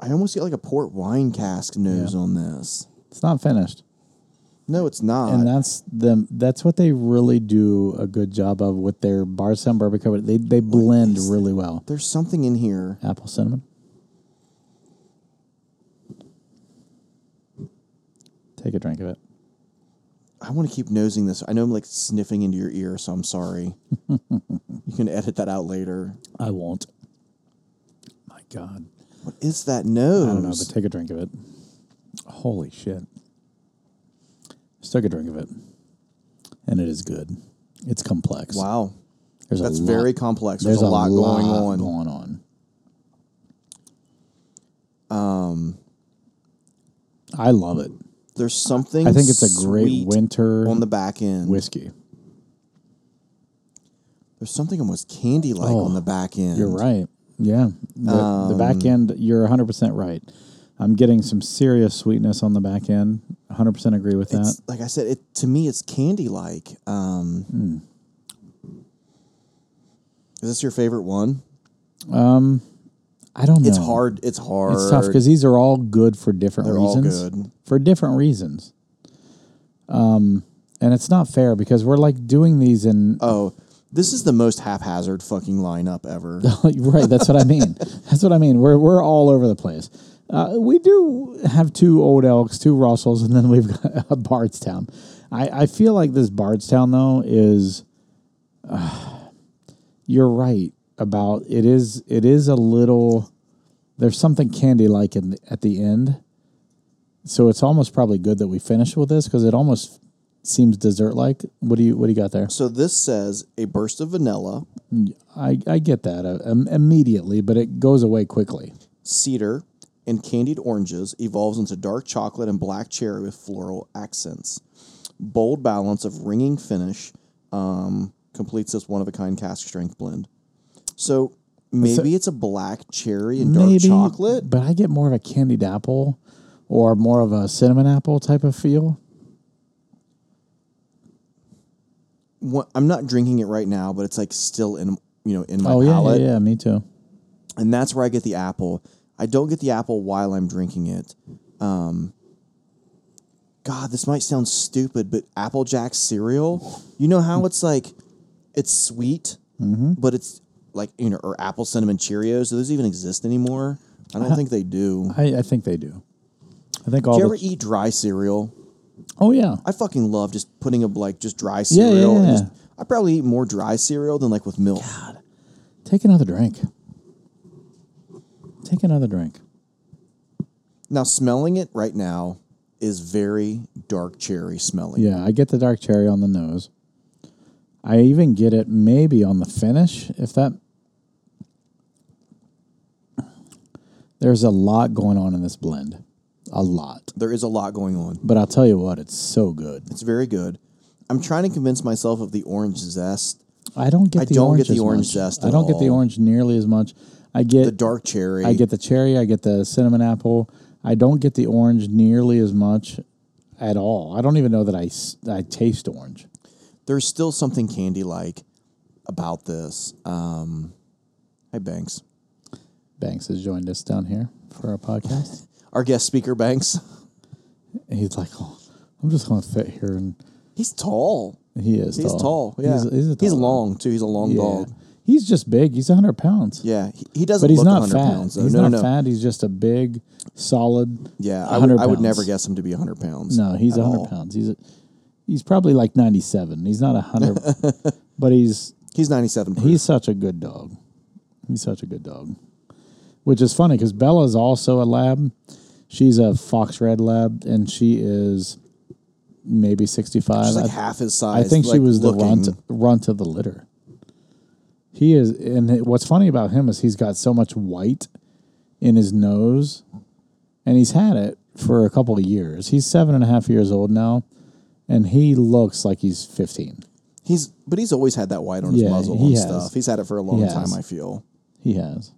S2: I almost get like a port wine cask nose on this.
S1: It's not finished.
S2: No, it's not.
S1: and that's the that's what they really do a good job of with their Bardstown Bourbon Company. They they blend really well.
S2: There's something in here.
S1: Apple cinnamon. Take a drink of it.
S2: I want to keep nosing this. I know I'm like sniffing into your ear, so I'm sorry. you can edit that out later.
S1: I won't. My God.
S2: What is that nose?
S1: I don't know, but take a drink of it. Holy shit. Just took a drink of it. and it is good. It's complex.
S2: Wow.
S1: There's a
S2: That's
S1: lot-
S2: very complex. There's, a, lot, going on.
S1: Going on. Um, I love it.
S2: There's something.
S1: I think it's a great
S2: sweet
S1: winter
S2: on the back end.
S1: whiskey.
S2: There's something almost candy like
S1: Oh,
S2: on the back end.
S1: You're right. Yeah. The, the back end, you're 100% right. I'm getting some serious sweetness on the back end. 100% agree with that.
S2: It's, like I said, it to me it's candy like. Um,
S1: Hmm.
S2: Is this your favorite one?
S1: I don't know.
S2: It's hard. It's hard.
S1: It's tough because these are all good for different
S2: They're all
S1: reasons.
S2: good.
S1: For different reasons. Um, and it's not fair because we're like doing these in.
S2: oh, this is the most haphazard fucking lineup ever.
S1: right. That's what I mean. That's what I mean. We're, we're all over the place. Uh, we do have two Old Elks, two Russells, and then we've got a Bardstown. I, I feel like this Bardstown, though, is. uh, you're right about it is it is a little there's something candy like in the, at the end so it's almost probably good that we finish with this because it almost seems dessert like what do you what do you got there
S2: so this says a burst of vanilla,
S1: i i get that uh, um, immediately but it goes away quickly
S2: cedar, and candied oranges evolves into dark chocolate and black cherry with floral accents. Bold balance of ringing finish um, completes this one of a kind cask strength blend. So maybe it's a black cherry and dark chocolate.
S1: but i get more of a candied apple or more of a cinnamon apple type of feel
S2: What, I'm not drinking it right now, but it's like still in you know in my
S1: oh yeah, yeah
S2: palate,
S1: yeah me too
S2: and that's where I get the apple. I don't get the apple while I'm drinking it. Um, God, this might sound stupid, but Apple Jack cereal, you know how it's like, it's sweet,
S1: Mm-hmm.
S2: but it's like you know, or apple cinnamon Cheerios. Do those even exist anymore? I don't think they do.
S1: i i think they do i think all
S2: Do you
S1: the,
S2: ever eat dry cereal?
S1: oh yeah
S2: I fucking love just putting up like just dry
S1: Yeah, yeah,
S2: cereal. and
S1: yeah.
S2: just- I probably eat more dry cereal than like with milk.
S1: Take another drink. Take another drink.
S2: Now, smelling it right now is very dark cherry smelling.
S1: Yeah, I get the dark cherry on the nose. I even get it maybe on the finish, if that. There's a lot going on in this blend. A lot.
S2: There is a lot going on.
S1: But I'll tell you what, it's so good.
S2: It's very good. I'm trying to convince myself of the orange zest,
S1: I don't get
S2: I
S1: the
S2: don't
S1: orange.
S2: get the
S1: as much.
S2: orange zest
S1: I
S2: at
S1: don't get the
S2: all.
S1: orange nearly as much. I get
S2: the dark cherry.
S1: I get the cherry. I get the cinnamon apple. I don't get the orange nearly as much at all. I don't even know that I, s- I taste orange.
S2: There's still something candy like about this. Um, hi, Banks.
S1: Banks has joined us down here for our podcast.
S2: Our guest speaker, Banks.
S1: And he's like, oh, I'm just going to fit here. And
S2: He's tall.
S1: he is
S2: He's
S1: tall.
S2: tall. Yeah.
S1: He's, he's, a tall guy.
S2: long, too. He's a long
S1: Yeah.
S2: dog.
S1: He's just big. He's 100 pounds.
S2: Yeah. He, he doesn't
S1: But he's
S2: look
S1: not
S2: 100
S1: fat.
S2: pounds, though.
S1: he's
S2: no,
S1: not
S2: no, no.
S1: fat. He's just a big, solid.
S2: Yeah. I
S1: 100
S2: would, I would
S1: pounds.
S2: never guess him to be 100 pounds.
S1: No, he's
S2: at
S1: 100
S2: all.
S1: pounds. He's a, he's probably like 97. He's not 100, but he's
S2: He's 97 proof.
S1: He's such a good dog. He's such a good dog. Which is funny because Bella's also a lab. She's a fox red lab, and she is maybe sixty-five.
S2: She's like
S1: I-
S2: half his
S1: I
S2: size.
S1: think she
S2: like,
S1: was the
S2: looking.
S1: runt, runt of the litter. He is, and it- what's funny about him is he's got so much white in his nose, and he's had it for a couple of years. He's seven and a half years old now, and he looks like he's fifteen.
S2: He's but he's always had that white on his
S1: Yeah,
S2: muzzle
S1: he
S2: and
S1: has.
S2: stuff. He's had it for a long
S1: has.
S2: time, I feel.
S1: He has,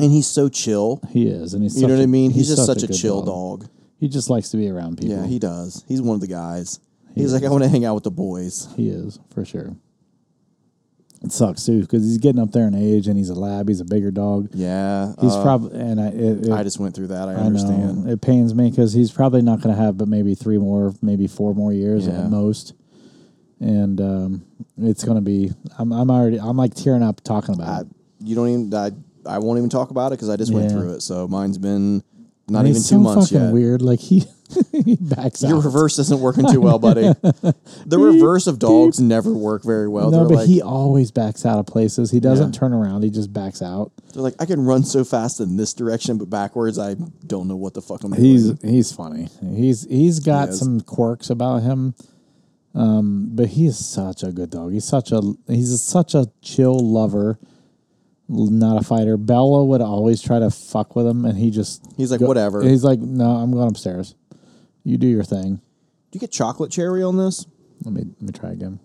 S2: And he's so chill.
S1: he is, and he's.
S2: You
S1: such
S2: know what
S1: a-
S2: I mean? He's, just such a,
S1: good
S2: chill
S1: dog.
S2: dog.
S1: He just likes to be around people.
S2: Yeah, he does. He's one of the guys. he's like, I want to hang out with the boys.
S1: he is for sure. It sucks too because he's getting up there in age and he's a lab. He's a bigger dog.
S2: Yeah.
S1: He's
S2: uh,
S1: probably and I. It, it,
S2: I just went through that. I,
S1: I
S2: understand.
S1: know it pains me because he's probably not going to have but maybe three more, maybe four more years
S2: Yeah.
S1: at most. And um, it's going to be. I'm, I'm already. I'm like tearing up talking about
S2: I,
S1: it.
S2: you don't even. I, I won't even talk about it because I just went
S1: Yeah.
S2: through it. So mine's been not
S1: And
S2: even two
S1: he's so
S2: months
S1: fucking
S2: yet.
S1: Weird, like he he backs
S2: Your
S1: out.
S2: reverse isn't working too well, buddy. the reverse of dogs never work very well.
S1: no,
S2: they're
S1: but
S2: like,
S1: he always backs out of places. He doesn't turn around. He just backs out.
S2: They're like, I can run so fast in this direction, but backwards, I don't know what the fuck I'm doing.
S1: He's he's funny. He's he's got
S2: He is.
S1: some quirks about him Um, but he is such a good dog. He's such a he's such a chill lover, not a fighter. Bella would always try to fuck with him, and he just
S2: He's like, "Whatever."
S1: He's like, no, I'm going upstairs. You do your thing.
S2: Do you get chocolate cherry on this?
S1: Let me let me try again.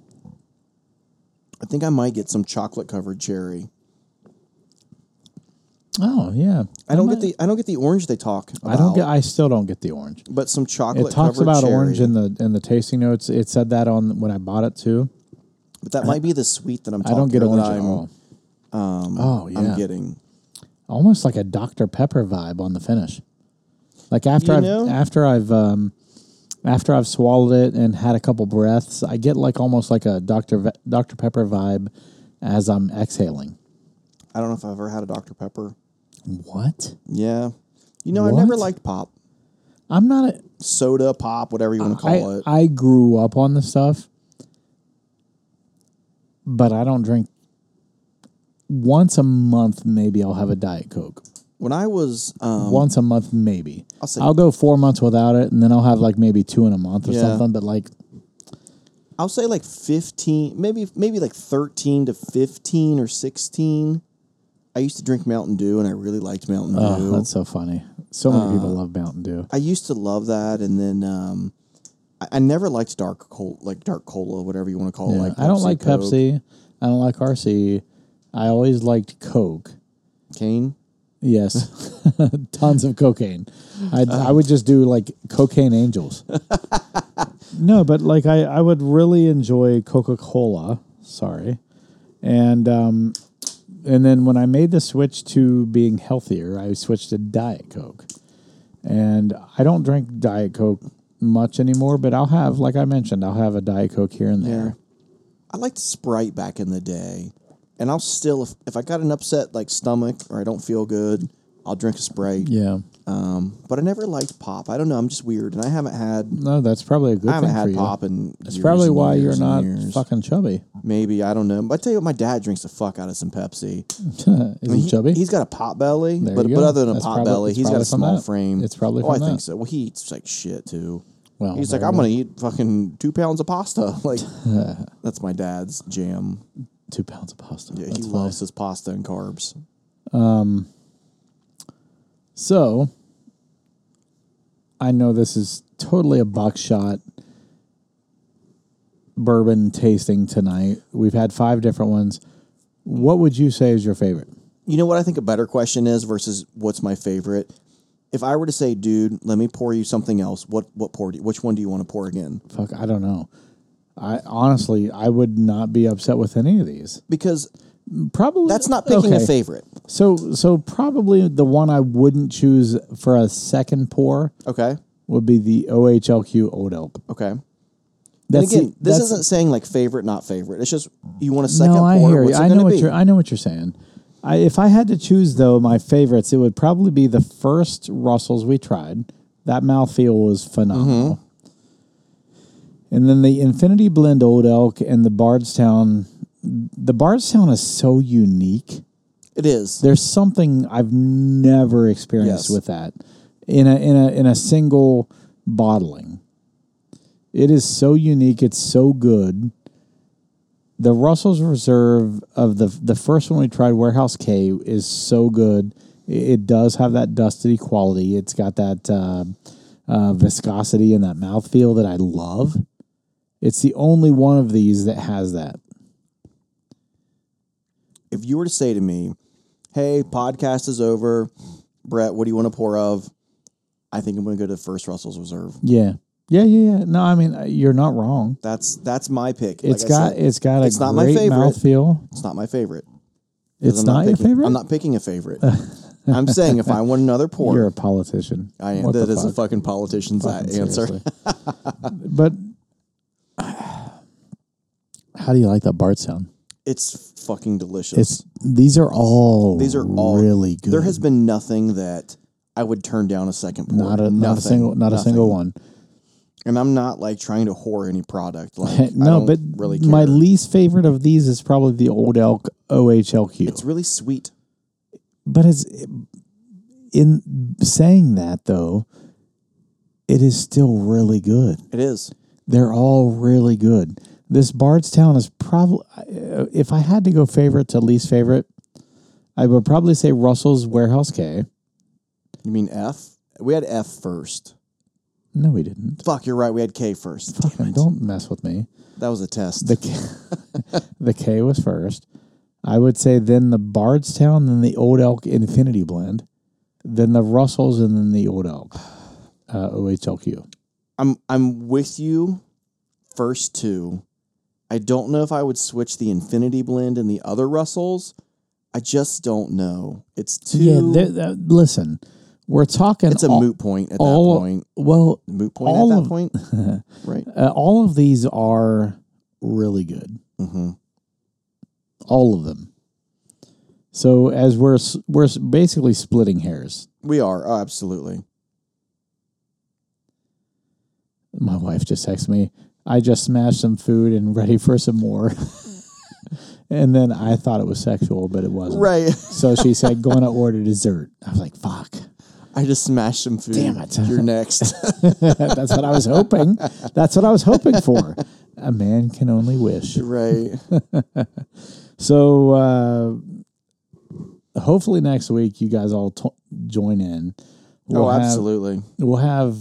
S2: I think I might get some chocolate covered cherry.
S1: Oh yeah,
S2: I don't get the I don't get the orange they talk about.
S1: I don't get. I still don't get the orange.
S2: but some chocolate.
S1: It talks
S2: covered
S1: about
S2: cherry,
S1: orange in the in the tasting notes. It said that on when I bought it too.
S2: But that might be the sweet that I'm.
S1: I
S2: Talking,
S1: don't get
S2: or that
S1: orange at
S2: I'm- um,
S1: all. oh yeah,
S2: I'm getting.
S1: almost like a Dr Pepper vibe on the finish. Like after
S2: You
S1: I've
S2: know?
S1: after I've um, after I've swallowed it and had a couple breaths, I get like almost like a Dr Ve- Dr Pepper vibe as I'm exhaling.
S2: I don't know if I've ever had a Dr Pepper.
S1: What?
S2: Yeah, you know I've
S1: What?
S2: never liked pop,
S1: I'm not. A,
S2: soda pop, whatever you want to call
S1: I
S2: it.
S1: I grew up on this stuff, but I don't drink. Once a month, maybe I'll have a diet coke.
S2: when I was um,
S1: once a month, maybe.
S2: I'll say-
S1: I'll go four months without it, and then I'll have like maybe two in a month or
S2: Yeah.
S1: something. But like,
S2: I'll say like 15, maybe maybe like 13 to 15 or 16. I used to drink Mountain Dew and I really liked Mountain
S1: oh,
S2: Dew. Uh,
S1: that's so funny. So many people love Mountain Dew.
S2: I used to love that and then um I, I never liked dark cola, like dark cola, whatever you want to call it.
S1: Yeah.
S2: Like
S1: I don't like
S2: Coke.
S1: Pepsi. I don't like RC. I always liked Coke.
S2: Cane.
S1: Yes, tons of cocaine. I I would just do like cocaine angels. no, but like I I would really enjoy Coca Cola. Sorry, and um, and then when I made the switch to being healthier, I switched to Diet Coke, and I don't drink Diet Coke much anymore. But I'll have, like I mentioned, I'll have a Diet Coke here and there.
S2: I liked Sprite back in the day. And I'll still if, if I got an upset like stomach or I don't feel good, I'll drink a Sprite.
S1: Yeah,
S2: Um, but I never liked pop. I don't know, I'm just weird and I haven't had
S1: no, that's probably a good
S2: I
S1: thing
S2: haven't
S1: for
S2: had
S1: you.
S2: pop in. That's
S1: It's probably why you're not fucking chubby.
S2: Maybe I don't know. But I tell you what, my dad drinks the fuck out of some Pepsi.
S1: Is he, chubby?
S2: He's got a pot belly,
S1: There
S2: but
S1: you
S2: but
S1: go.
S2: other than a
S1: That's
S2: pot
S1: probably-
S2: belly,
S1: it's
S2: he's got
S1: probably
S2: a
S1: from
S2: small
S1: that.
S2: frame.
S1: It's probably
S2: Oh, I
S1: from
S2: think
S1: that.
S2: so. Well, he eats like shit too.
S1: Well,
S2: he's
S1: there
S2: like, I'm
S1: you
S2: gonna eat fucking two pounds of pasta. Like that's my dad's jam.
S1: two pounds of pasta.
S2: Yeah, he
S1: That's
S2: loves his pasta and carbs.
S1: So I know this is totally a buckshot bourbon tasting tonight. We've had five different ones. What would you say is your favorite?
S2: You know what I think a better question is versus what's my favorite. If I were to say, dude, let me pour you something else. What what pour? Do you, which one do you want to pour again?
S1: Fuck, I don't know. I honestly, I would not be upset with any of these.
S2: Because
S1: Probably
S2: that's not picking
S1: okay.
S2: a favorite.
S1: So, so probably the one I wouldn't choose for a second pour
S2: Okay.
S1: would be the OHLQ Old Elk.
S2: Okay.
S1: That's
S2: and again,
S1: the-
S2: this
S1: that's-
S2: isn't saying like favorite, not favorite. It's just you want a second
S1: no,
S2: pour.
S1: I hear you.
S2: What's it
S1: I
S2: gonna
S1: know what
S2: be?
S1: you're. I know what you're saying. I, if I had to choose though, my favorites, it would probably be the first Russells we tried. That mouthfeel was phenomenal.
S2: Mm-hmm.
S1: And then the Infinity Blend Old Elk and the Bardstown. The Bardstown is so unique.
S2: It is.
S1: There's something I've never experienced
S2: Yes.
S1: with that in a in a in a single bottling. It is so unique. It's so good. The Russell's Reserve of the the first one we tried, Warehouse K, is so good. I- It, does have that dusty quality. It's got that uh, uh, viscosity and that mouthfeel that I love. It's the only one of these that has that.
S2: If you were to say to me, "Hey, podcast is over, Brett. What do you want to pour of?" I think I'm going to go to the first Russell's Reserve.
S1: Yeah, yeah, yeah, yeah. No, I mean uh, you're not wrong.
S2: That's that's my pick. Like
S1: It's
S2: I
S1: got
S2: said,
S1: it's got a
S2: it's not my
S1: great
S2: favorite.
S1: mouthfeel.
S2: it's not my favorite. 'Cause
S1: It's
S2: I'm
S1: not, your
S2: picking-
S1: favorite.
S2: I'm not picking a favorite. I'm saying if I want another pour,
S1: You're a politician.
S2: I am.
S1: What
S2: That
S1: the
S2: is a
S1: fuck?
S2: fucking politician's
S1: Fucking
S2: answer.
S1: seriously. but how do you like that Bart sound?
S2: It's fucking delicious.
S1: It's these are all
S2: These are all
S1: really good.
S2: There has been nothing that I would turn down a second pour.
S1: not a
S2: nothing,
S1: not a single not a
S2: nothing.
S1: single one.
S2: And I'm not like trying to whore any product. Like I
S1: no,
S2: don't
S1: but
S2: really care.
S1: my least favorite of these is probably the Old Elk OHLQ.
S2: it's really sweet.
S1: But it's in saying that though, it is still really good.
S2: It is.
S1: They're all really good. This Bardstown is probably, uh, if I had to go favorite to least favorite, I would probably say Russell's Warehouse K.
S2: You mean F? We had F first.
S1: No, we didn't.
S2: Fuck, you're right. We had K first. Damn it.
S1: Don't mess with me.
S2: That was a test.
S1: The K, the K was first. I would say then the Bardstown, then the Old Elk Infinity Blend, then the Russells, and then the Old Elk uh, OHLQ.
S2: I'm I'm with you. First two. I don't know if I would switch the Infinity Blend and the other Russells. I just don't know. It's too.
S1: Yeah, they're- they're- listen, we're talking.
S2: it's a
S1: all-
S2: moot point at
S1: all-
S2: that point.
S1: Well,
S2: Moot point
S1: all
S2: at that
S1: of-
S2: point, right?
S1: uh, all of these are really good.
S2: Mm-hmm.
S1: All of them. So as we're s- we're s- basically splitting hairs.
S2: We are oh, absolutely.
S1: My wife just texted me. I just smashed some food and ready for some more. and then I thought it was sexual, but it wasn't.
S2: Right.
S1: So she said, "Going to order dessert." I was like, "Fuck."
S2: I just smashed some food.
S1: Damn it.
S2: You're next.
S1: That's what I was hoping. That's what I was hoping for. A man can only wish.
S2: right. Oh,
S1: So uh, hopefully next week you guys all to join in.
S2: oh,
S1: have,
S2: absolutely.
S1: We'll have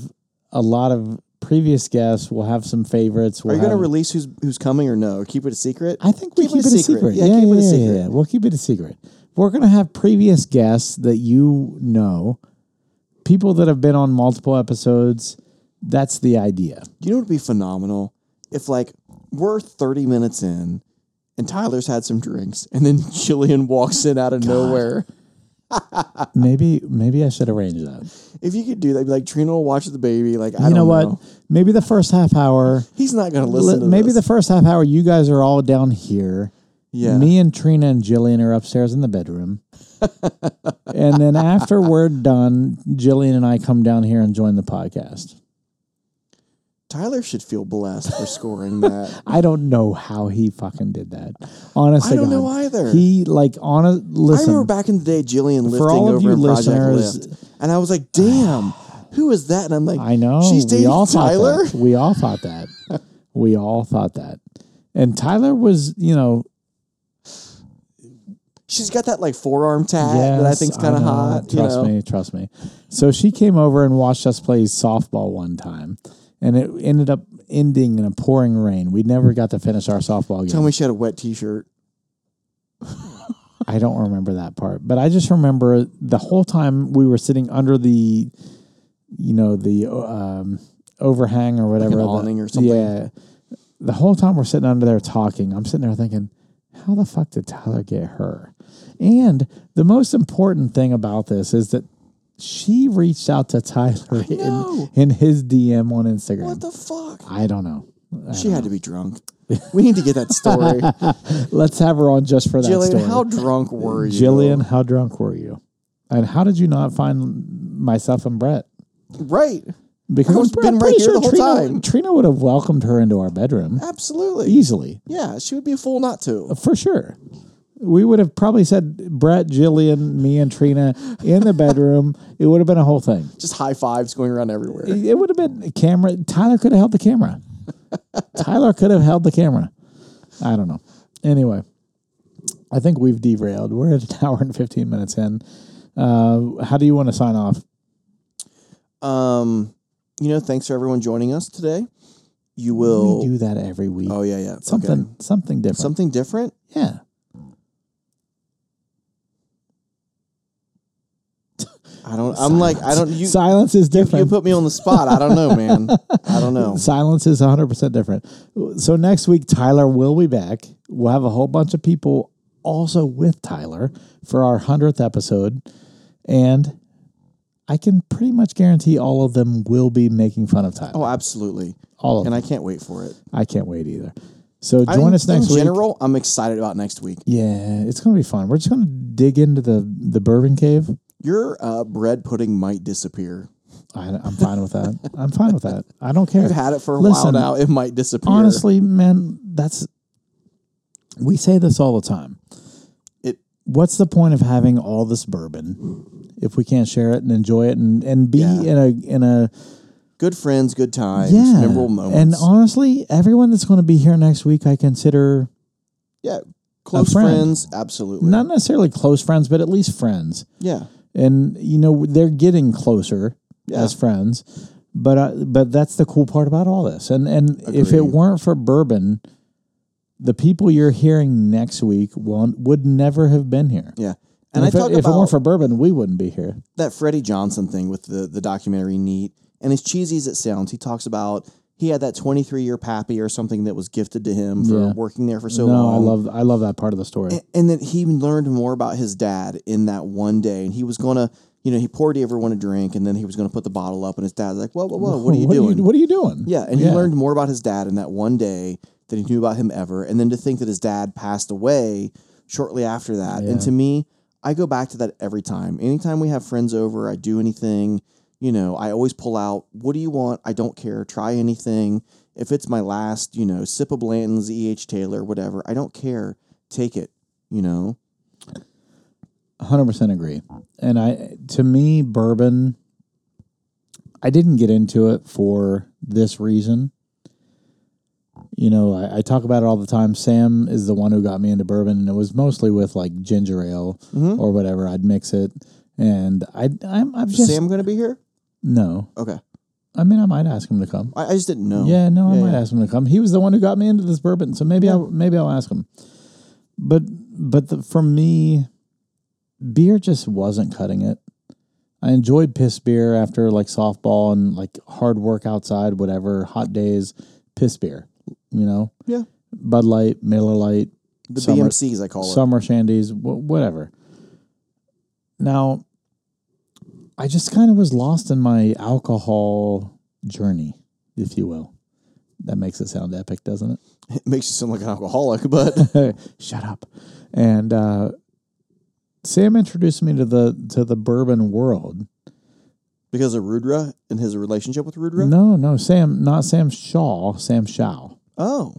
S1: a lot of previous guests. We'll have some favorites.
S2: Are
S1: We'll
S2: you going to
S1: have-
S2: release who's who's coming or no? Or keep it a secret?
S1: I think we keep, it, a secret.
S2: Yeah, keep it a secret.
S1: yeah. We'll keep it a secret. We're going to have previous guests that you know, people that have been on multiple episodes. That's the idea.
S2: You know what would be phenomenal? If like we're 30 minutes in and Tyler's had some drinks and then Jillian walks in out of nowhere.
S1: Maybe maybe I should arrange that.
S2: If you could do that, be like Trina will watch the baby. Like, I
S1: you
S2: don't
S1: know what? Maybe the first half hour.
S2: He's not going to
S1: li-
S2: listen to
S1: maybe
S2: this.
S1: the first half hour, you guys are all down here.
S2: Yeah.
S1: Me and Trina and Jillian are upstairs in the bedroom. and then after we're done, Jillian and I come down here and join the podcast.
S2: Tyler should feel blessed for scoring that.
S1: I don't know how he fucking did that. Honestly,
S2: I don't know either.
S1: He like on a
S2: I remember
S1: listen.
S2: back in the day, Jillian lifting
S1: all of
S2: over
S1: you
S2: in Project
S1: listeners-
S2: Lift, and I was like, "Damn, who is that?" And I'm like,
S1: I know
S2: she's dating
S1: we all Thought
S2: Tyler."
S1: that. We all thought that. we all thought that. And Tyler was, you know,
S2: She's got that like forearm tat that I
S1: Yes,
S2: think's kind of
S1: know.
S2: hot.
S1: Trust
S2: you know?
S1: me, trust me. So she came over and watched us play softball one time, and it ended up ending in a pouring rain. We never got to finish our softball game.
S2: Tell me she had a wet T-shirt.
S1: I don't remember that part, but I just remember the whole time we were sitting under the, you know, the um, overhang or whatever, the-
S2: awning or something.
S1: Yeah, the whole time we're sitting under there talking, I'm sitting there thinking, how the fuck did Tyler get her? And the most important thing about this is that she reached out to Tyler in,
S2: know.
S1: in his DM on Instagram.
S2: What the fuck?
S1: I don't know.
S2: She had to be drunk. We need to get that story.
S1: Let's have her on just for that
S2: Jillian,
S1: story.
S2: how drunk were you?
S1: Jillian, how drunk were you? And how did you not find myself and Brett?
S2: right?
S1: Because
S2: I was
S1: I'm pre- I'm
S2: been right
S1: pretty
S2: here the whole
S1: Trina,
S2: time.
S1: Trina would have welcomed her into our bedroom
S2: Absolutely.
S1: easily,
S2: Yeah, she would be a fool not to.
S1: for sure. We would have probably said Brett, Jillian, me, and Trina in the bedroom. it would have been a whole thing.
S2: Just high fives going around everywhere.
S1: It would have been a camera. Tyler could have held the camera. Tyler could have held the camera. I don't know. Anyway, I think we've derailed. We're at an hour and 15 minutes in. Uh, how do you want to sign off?
S2: Um, you know, thanks for everyone joining us today. You will.
S1: we do that every week.
S2: Oh yeah, yeah.
S1: something,
S2: Okay.
S1: something different.
S2: Something different.
S1: yeah.
S2: I don't. I'm like I don't. You
S1: Silence is
S2: you
S1: different.
S2: put me on the spot. I don't know, man. I don't know.
S1: Silence is 100 percent different. So next week, Tyler will be back. We'll have a whole bunch of people also with Tyler for our hundredth episode, and I can pretty much guarantee all of them will be making fun of Tyler.
S2: Oh, absolutely.
S1: all of
S2: And
S1: them.
S2: I can't wait for it.
S1: I, can't wait either. So
S2: I
S1: join
S2: mean,
S1: us next
S2: in
S1: week.
S2: general, I'm excited about next week.
S1: yeah, it's gonna be fun. We're just gonna dig into the the bourbon cave.
S2: Your uh, bread pudding might disappear.
S1: I, I'm fine with that. I'm fine with that. I don't care.
S2: I've had it for a
S1: Listen,
S2: while now. It might disappear.
S1: honestly, man, that's we say this all the time.
S2: It-
S1: what's the point of having all this bourbon if we can't share it and enjoy it and, and be
S2: Yeah.
S1: in a in a
S2: good friends, good times,
S1: yeah,
S2: memorable
S1: and
S2: moments.
S1: honestly, everyone that's going to be here next week, I consider
S2: yeah, close
S1: friend.
S2: friends, absolutely.
S1: not necessarily close friends, but at least friends.
S2: yeah,
S1: and you know they're getting closer
S2: Yeah.
S1: as friends but uh, but that's the cool part about all this and and if it
S2: Agreed.
S1: weren't for bourbon the people you're hearing next week will, would never have been here
S2: yeah.
S1: and,
S2: And I
S1: if, it,
S2: talk
S1: if it
S2: about
S1: weren't for bourbon we wouldn't be here
S2: that Freddie Johnson thing with the the documentary Neat, and as cheesy as it sounds, he talks about he had that 23 year pappy or something that was gifted to him for
S1: Yeah.
S2: working there for so
S1: no
S2: long.
S1: i love i love that part of the story
S2: A- and that he learned more about his dad in that one day, and he was gonna, you know, he poured everyone a drink, and then he was gonna put the bottle up, and his dad's like, "Whoa, whoa, whoa, what are you doing?"
S1: what are you doing
S2: Yeah, and he learned more about his dad in that one day than he knew about him ever. And then to think that his dad passed away shortly after that. And to me, I go back to that every time. Anytime we have friends over, I do anything, you know, I always pull out, what do you want? I don't care. Try anything. If it's my last, you know, sip of Blanton's, E.H. Taylor, whatever, I don't care. Take it, you know?
S1: 100% agree and i to me bourbon i didn't get into it for this reason you know I, I talk about it all the time sam is the one who got me into bourbon and it was mostly with like ginger ale or whatever i'd mix it and i i'm i've
S2: Is
S1: just
S2: Sam going to be here?
S1: no
S2: Okay.
S1: i mean i might ask him to come
S2: I, I just didn't know.
S1: yeah, no, I
S2: Yeah,
S1: might
S2: yeah.
S1: ask him to come. He was the one who got me into this bourbon, so maybe I'll maybe I'll ask him. But but the, for me, beer just wasn't cutting it. I enjoyed piss beer after like softball and like hard work outside, whatever, hot days, piss beer, you know,
S2: Yeah.
S1: Bud Light, Miller Light,
S2: The
S1: Summer-
S2: BMCs, I call it.
S1: summer shandies, wh- whatever. Now, I just kind of was lost in my alcohol journey, if you will. That makes it sound epic, doesn't
S2: It makes you sound like an alcoholic, but
S1: it? Shut up. And uh, Sam introduced me to the to the bourbon world.
S2: because of Rudra and his relationship with Rudra?
S1: No, no, Sam, not Sam Shaw, Sam Shaw.
S2: Oh.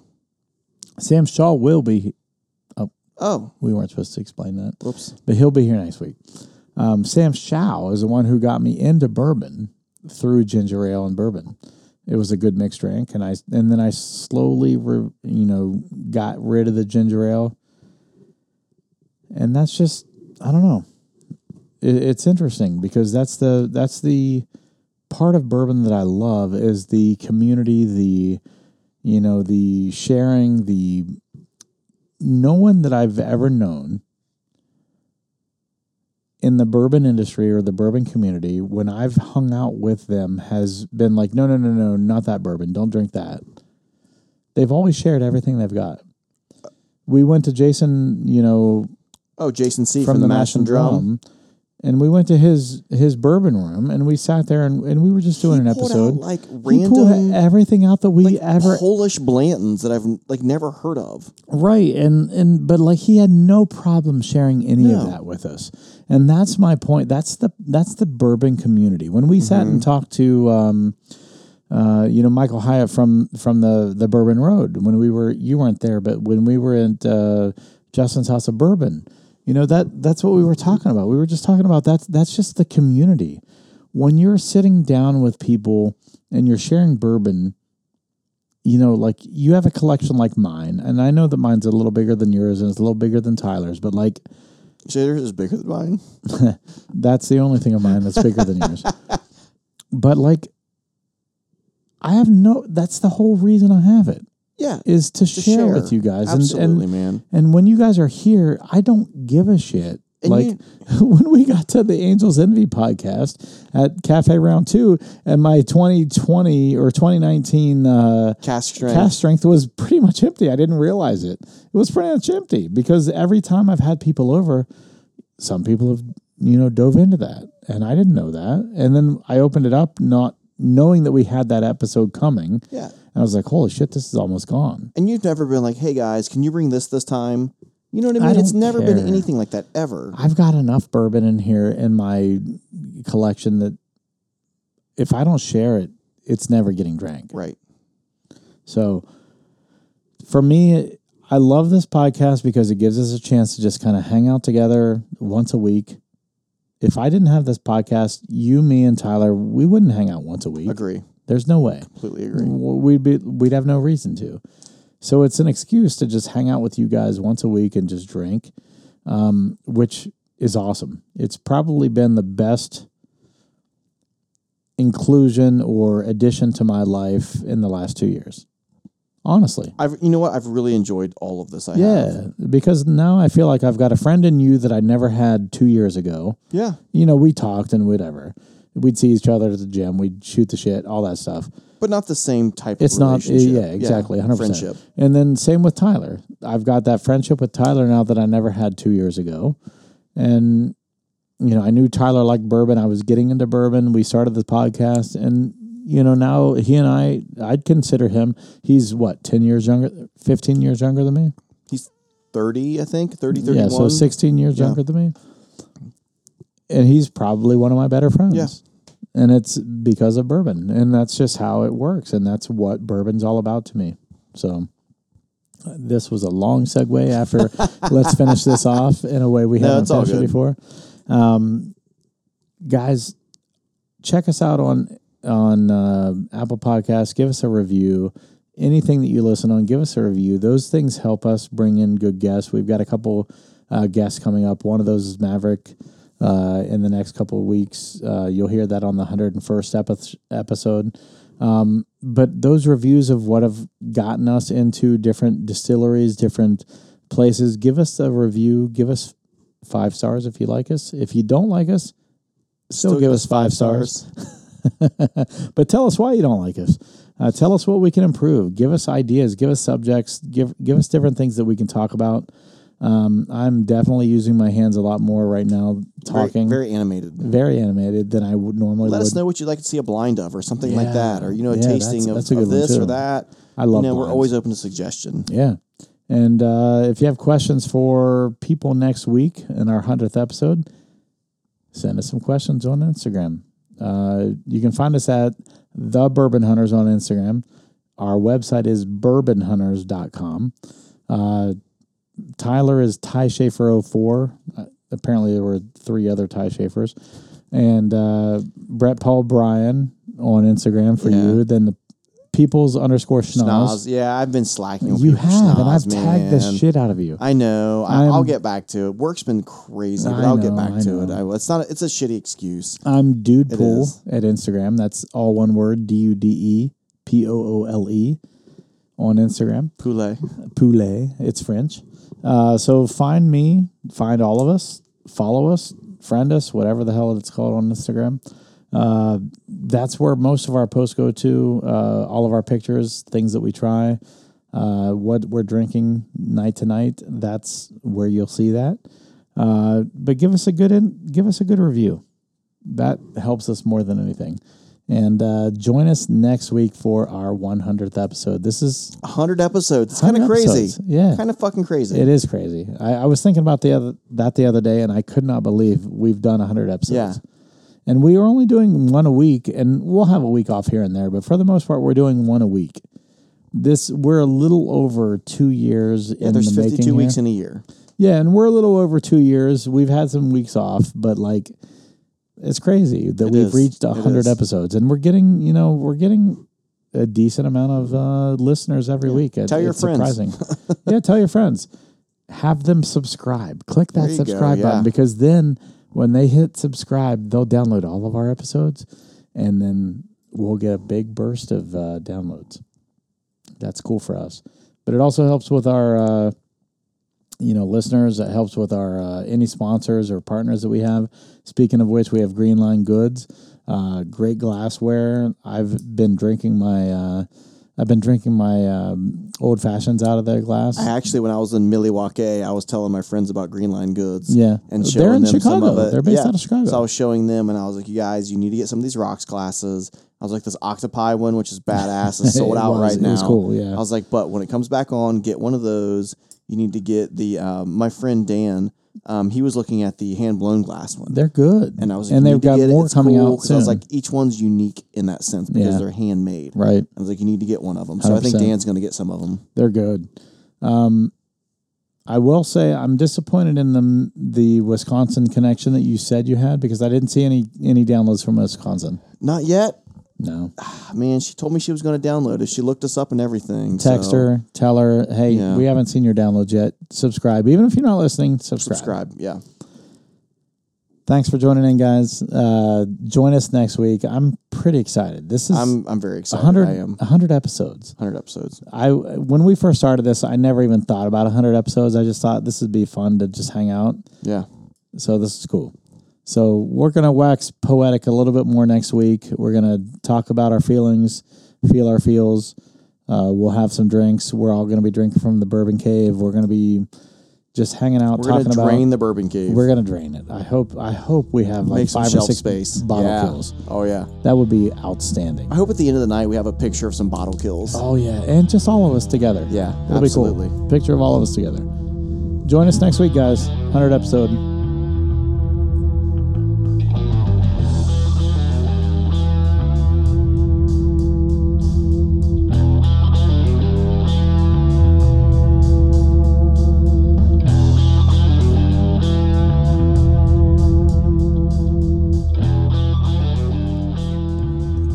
S1: Sam Shaw will be.
S2: Oh,
S1: We weren't supposed to explain that.
S2: whoops.
S1: but he'll be here next week. Um, Sam Shaw is the one who got me into bourbon through ginger ale and bourbon. It was a good mixed drink, and I and then I slowly, re, you know, got rid of the ginger ale, and that's just I don't know. It, it's interesting because that's the that's the part of bourbon that I love is the community, the you know, the sharing, the no one that I've ever known in the bourbon industry or the bourbon community, when I've hung out with them, has been like, no, no, no, no, not that bourbon. Don't drink that. They've always shared everything they've got. We went to Jason, you know,
S2: Oh, Jason C
S1: from, the Mash and Drum, and we went to his his bourbon room, and we sat there and, and we were just doing
S2: He
S1: an
S2: pulled out,
S1: episode.
S2: like
S1: he pulled
S2: random
S1: everything out that we ever
S2: Polish Blantons that I've like never heard of.
S1: Right, and and but like he had no problem sharing any
S2: No.
S1: of that with us, and that's my point. That's the that's the bourbon community. When we sat and talked to, um, uh, you know, Michael Hyatt from from the the Bourbon Road when we were you weren't there, but when we were at uh, Justin's House of Bourbon, you know that that's what we were talking about. We were just talking about that. That's just the community. When you're sitting down with people and you're sharing bourbon, you know, like you have a collection like mine, and I know that mine's a little bigger than yours and it's a little bigger than Tyler's, but like
S2: Shaders is bigger than mine.
S1: that's the only thing of mine that's bigger than yours. But like, I have no, that's the whole reason I have it
S2: Yeah,
S1: is to,
S2: to
S1: share, with you guys. And-
S2: Absolutely,
S1: And,
S2: man.
S1: and, when you guys are here, I don't give a shit.
S2: And
S1: like when we got to the Angels Envy podcast at Cafe Round Two, and my 2020 or 2019 uh,
S2: Cast strength.
S1: Cast strength was pretty much empty. I didn't realize it. It was pretty much empty because every time I've had people over, some people have, you know, dove into that. And I didn't know that. And then I opened it up not knowing that we had that episode coming.
S2: Yeah.
S1: And I was like, holy shit, this is almost gone.
S2: And you've never been like, hey guys, can you bring this this time? You know what I mean?
S1: I
S2: it's
S1: don't
S2: never
S1: care.
S2: been anything like that ever.
S1: I've got enough bourbon in here in my collection that if I don't share it, it's never getting drank.
S2: Right.
S1: So for me, I love this podcast because it gives us a chance to just kind of hang out together once a week. If I didn't have this podcast, you, me, and Tyler, we wouldn't hang out once a week.
S2: Agree.
S1: There's no way.
S2: Completely agree.
S1: W- We'd be we'd have no reason to. So it's an excuse to just hang out with you guys once a week and just drink, um, which is awesome. It's probably been the best inclusion or addition to my life in the last two years. Honestly.
S2: I've you know what? I've really enjoyed all of this. I have.
S1: Yeah, because now I feel like I've got a friend in you that I never had two years ago
S2: Yeah.
S1: you know, we talked and whatever. We'd see each other at the gym. We'd shoot the shit, all that stuff.
S2: But not the same type
S1: It's
S2: of
S1: not,
S2: relationship.
S1: yeah, exactly, hundred
S2: Friendship.
S1: percent. And then same with Tyler. I've got that friendship with Tyler now that I never had two years ago, and you know, I knew Tyler liked bourbon. I was getting into bourbon. We started the podcast, and you know, now he and I, I'd consider him. He's what ten years younger, fifteen years younger than me.
S2: He's 30, I think, 30, 31.
S1: Yeah, so sixteen years
S2: Yeah.
S1: younger than me, and he's probably one of my better friends.
S2: Yeah.
S1: and it's because of bourbon and that's just how it works and that's what bourbon's all about to me so uh, this was a long segue after let's finish this off in a way we
S2: No,
S1: haven't
S2: it's all
S1: finished it
S2: good.
S1: before um, guys check us out on on uh, apple Podcasts. give us a review anything that you listen on give us a review those things help us bring in good guests we've got a couple uh, guests coming up one of those is maverick uh, in the next couple of weeks. Uh, you'll hear that on the 101st epi- episode. Um, but those reviews of what have gotten us into different distilleries, different places, give us a review. Give us five stars if you like us. If you don't like us, still, give us five stars. but tell us why you don't like us. Uh, tell us what we can improve. Give us ideas. Give us subjects. Give give us different things that we can talk about. Um, I'm definitely using my hands a lot more right now,
S2: Very-
S1: talking
S2: Very, animated.
S1: very animated than I would normally
S2: Let
S1: would.
S2: us know what you'd like to see a blind of or something
S1: Yeah.
S2: like that, or, you know, a
S1: Yeah, that's-
S2: tasting of,
S1: that's a good
S2: of
S1: one,
S2: this
S1: too.
S2: or that.
S1: I love
S2: You know, we're
S1: blinds.
S2: always open to suggestion.
S1: Yeah. And uh, if you have questions for people next week in our 100th episode, send us some questions on Instagram. Uh, you can find us at The Bourbon Hunters on Instagram. Our website is bourbonhunters.com. Uh, Tyler is Ty Schaefer 04. Uh, apparently, there were three other Ty Schaefers. And uh, Brett Paul Bryan on Instagram for
S2: Yeah.
S1: you. Then the people's underscore schnoz.
S2: Schnoz. Yeah, I've been slacking. on
S1: You
S2: people.
S1: have, and I've
S2: Schnoz,
S1: tagged the
S2: man.
S1: shit out of you.
S2: I know. I,
S1: I'm-
S2: I'll get back to it. Work's been crazy, but
S1: I
S2: I'll
S1: know,
S2: get back
S1: I
S2: to it.
S1: know.
S2: I, will. it's not. It's a shitty excuse.
S1: I'm Dude
S2: It
S1: Pool
S2: is.
S1: at Instagram. That's all one word: D U D E P O O L E on Instagram.
S2: Poulet.
S1: Poulet. It's French. Uh, so find me, find all of us, follow us, friend us, whatever the hell it's called on Instagram. Uh, that's where most of our posts go to. Uh, all of our pictures, things that we try, uh, what we're drinking night to night. That's where you'll see that. Uh, but give us a good in, give us a good review. That helps us more than anything. And uh, join us next week for our 100th episode. This is
S2: 100 episodes. It's kind of
S1: 100
S2: crazy.
S1: episodes. Yeah.
S2: Kind of fucking crazy.
S1: It is crazy. I, I was thinking about the other that the other day, and I could not believe we've done hundred episodes. And we are only doing one a week, and we'll have a week off here and there, but for the most part, we're doing one a week. This we're a little over two years in
S2: yeah, there's
S1: the
S2: 52
S1: making
S2: weeks
S1: here.
S2: in a year.
S1: yeah, and we're a little over two years. We've had some weeks off, but like it's crazy that
S2: It
S1: we've
S2: is.
S1: reached
S2: It
S1: hundred
S2: is.
S1: episodes, and we're getting you know we're getting a decent amount of uh, listeners every week. It-
S2: Tell your
S1: it's
S2: friends.
S1: Surprising. yeah, tell your friends. Have them subscribe. Click that
S2: There you go,
S1: subscribe
S2: yeah.
S1: button because then when they hit subscribe, they'll download all of our episodes, and then we'll get a big burst of uh, downloads. That's cool for us, but it also helps with our. Uh, you know, listeners. It helps with our uh, any sponsors or partners that we have. Speaking of which, we have Green Line Goods, uh, great glassware. I've been drinking my, uh, I've been drinking my um, old fashions out of their glass.
S2: I actually, when I was in Milwaukee, I was telling my friends about Green Line Goods.
S1: Yeah.
S2: And
S1: They're
S2: showing
S1: in
S2: them some of
S1: Chicago.
S2: it.
S1: They're based
S2: Yeah.
S1: out of Chicago.
S2: So I was showing them, and I was like, "You guys, you need to get some of these rocks glasses." I was like, "This octopi one, which is badass, is sold
S1: It
S2: out
S1: was-
S2: right
S1: it
S2: now."
S1: was cool, yeah.
S2: I was like, "But when it comes back on, get one of those. You need to get the um, my friend Dan. Um, he was looking at the hand blown glass one."
S1: They're good,
S2: and I was like,
S1: and
S2: "You
S1: they've
S2: need to
S1: got
S2: get it.
S1: more
S2: It's
S1: coming
S2: cool,"
S1: out
S2: 'cause I was
S1: soon.
S2: like, each one's unique in that sense because
S1: Yeah.
S2: they're handmade.
S1: right?
S2: I was like, you need to get one of them. So I think
S1: 100%.
S2: Dan's going to get some of them.
S1: They're good. Um, I will say I'm disappointed in the the Wisconsin connection that you said you had because I didn't see any any downloads from Wisconsin.
S2: Not yet.
S1: No.
S2: Man, she told me she was going to download it. She looked us up and everything.
S1: Text
S2: so-
S1: her, tell her, hey,
S2: Yeah.
S1: we haven't seen your downloads yet. Subscribe. Even if you're not listening, subscribe.
S2: Subscribe. Yeah.
S1: Thanks for joining in, guys. Uh, join us next week. I'm pretty excited. This is
S2: I'm I'm very excited.
S1: 100,
S2: I am.
S1: 100 episodes.
S2: 100 episodes.
S1: I when we first started this, I never even thought about 100 episodes. I just thought this would be fun to just hang out.
S2: Yeah.
S1: So this is cool. So we're gonna wax poetic a little bit more next week. We're gonna talk about our feelings, feel our feels. Uh, we'll have some drinks. We're all gonna be drinking from the Bourbon Cave. We're gonna be just hanging out,
S2: We're going
S1: talking
S2: to
S1: about.
S2: drain the bourbon cave.
S1: we're gonna drain it. I hope. I hope we have like
S2: make some
S1: five or
S2: shelf
S1: six
S2: space.
S1: bottle
S2: yeah.
S1: kills.
S2: Oh yeah.
S1: That would be outstanding.
S2: I hope at the end of the night we have a picture of some bottle kills.
S1: Oh yeah, and just all of us together.
S2: Yeah,
S1: It'll
S2: absolutely.
S1: be cool. Picture of all of us together. Join us next week, guys. Hundred episode.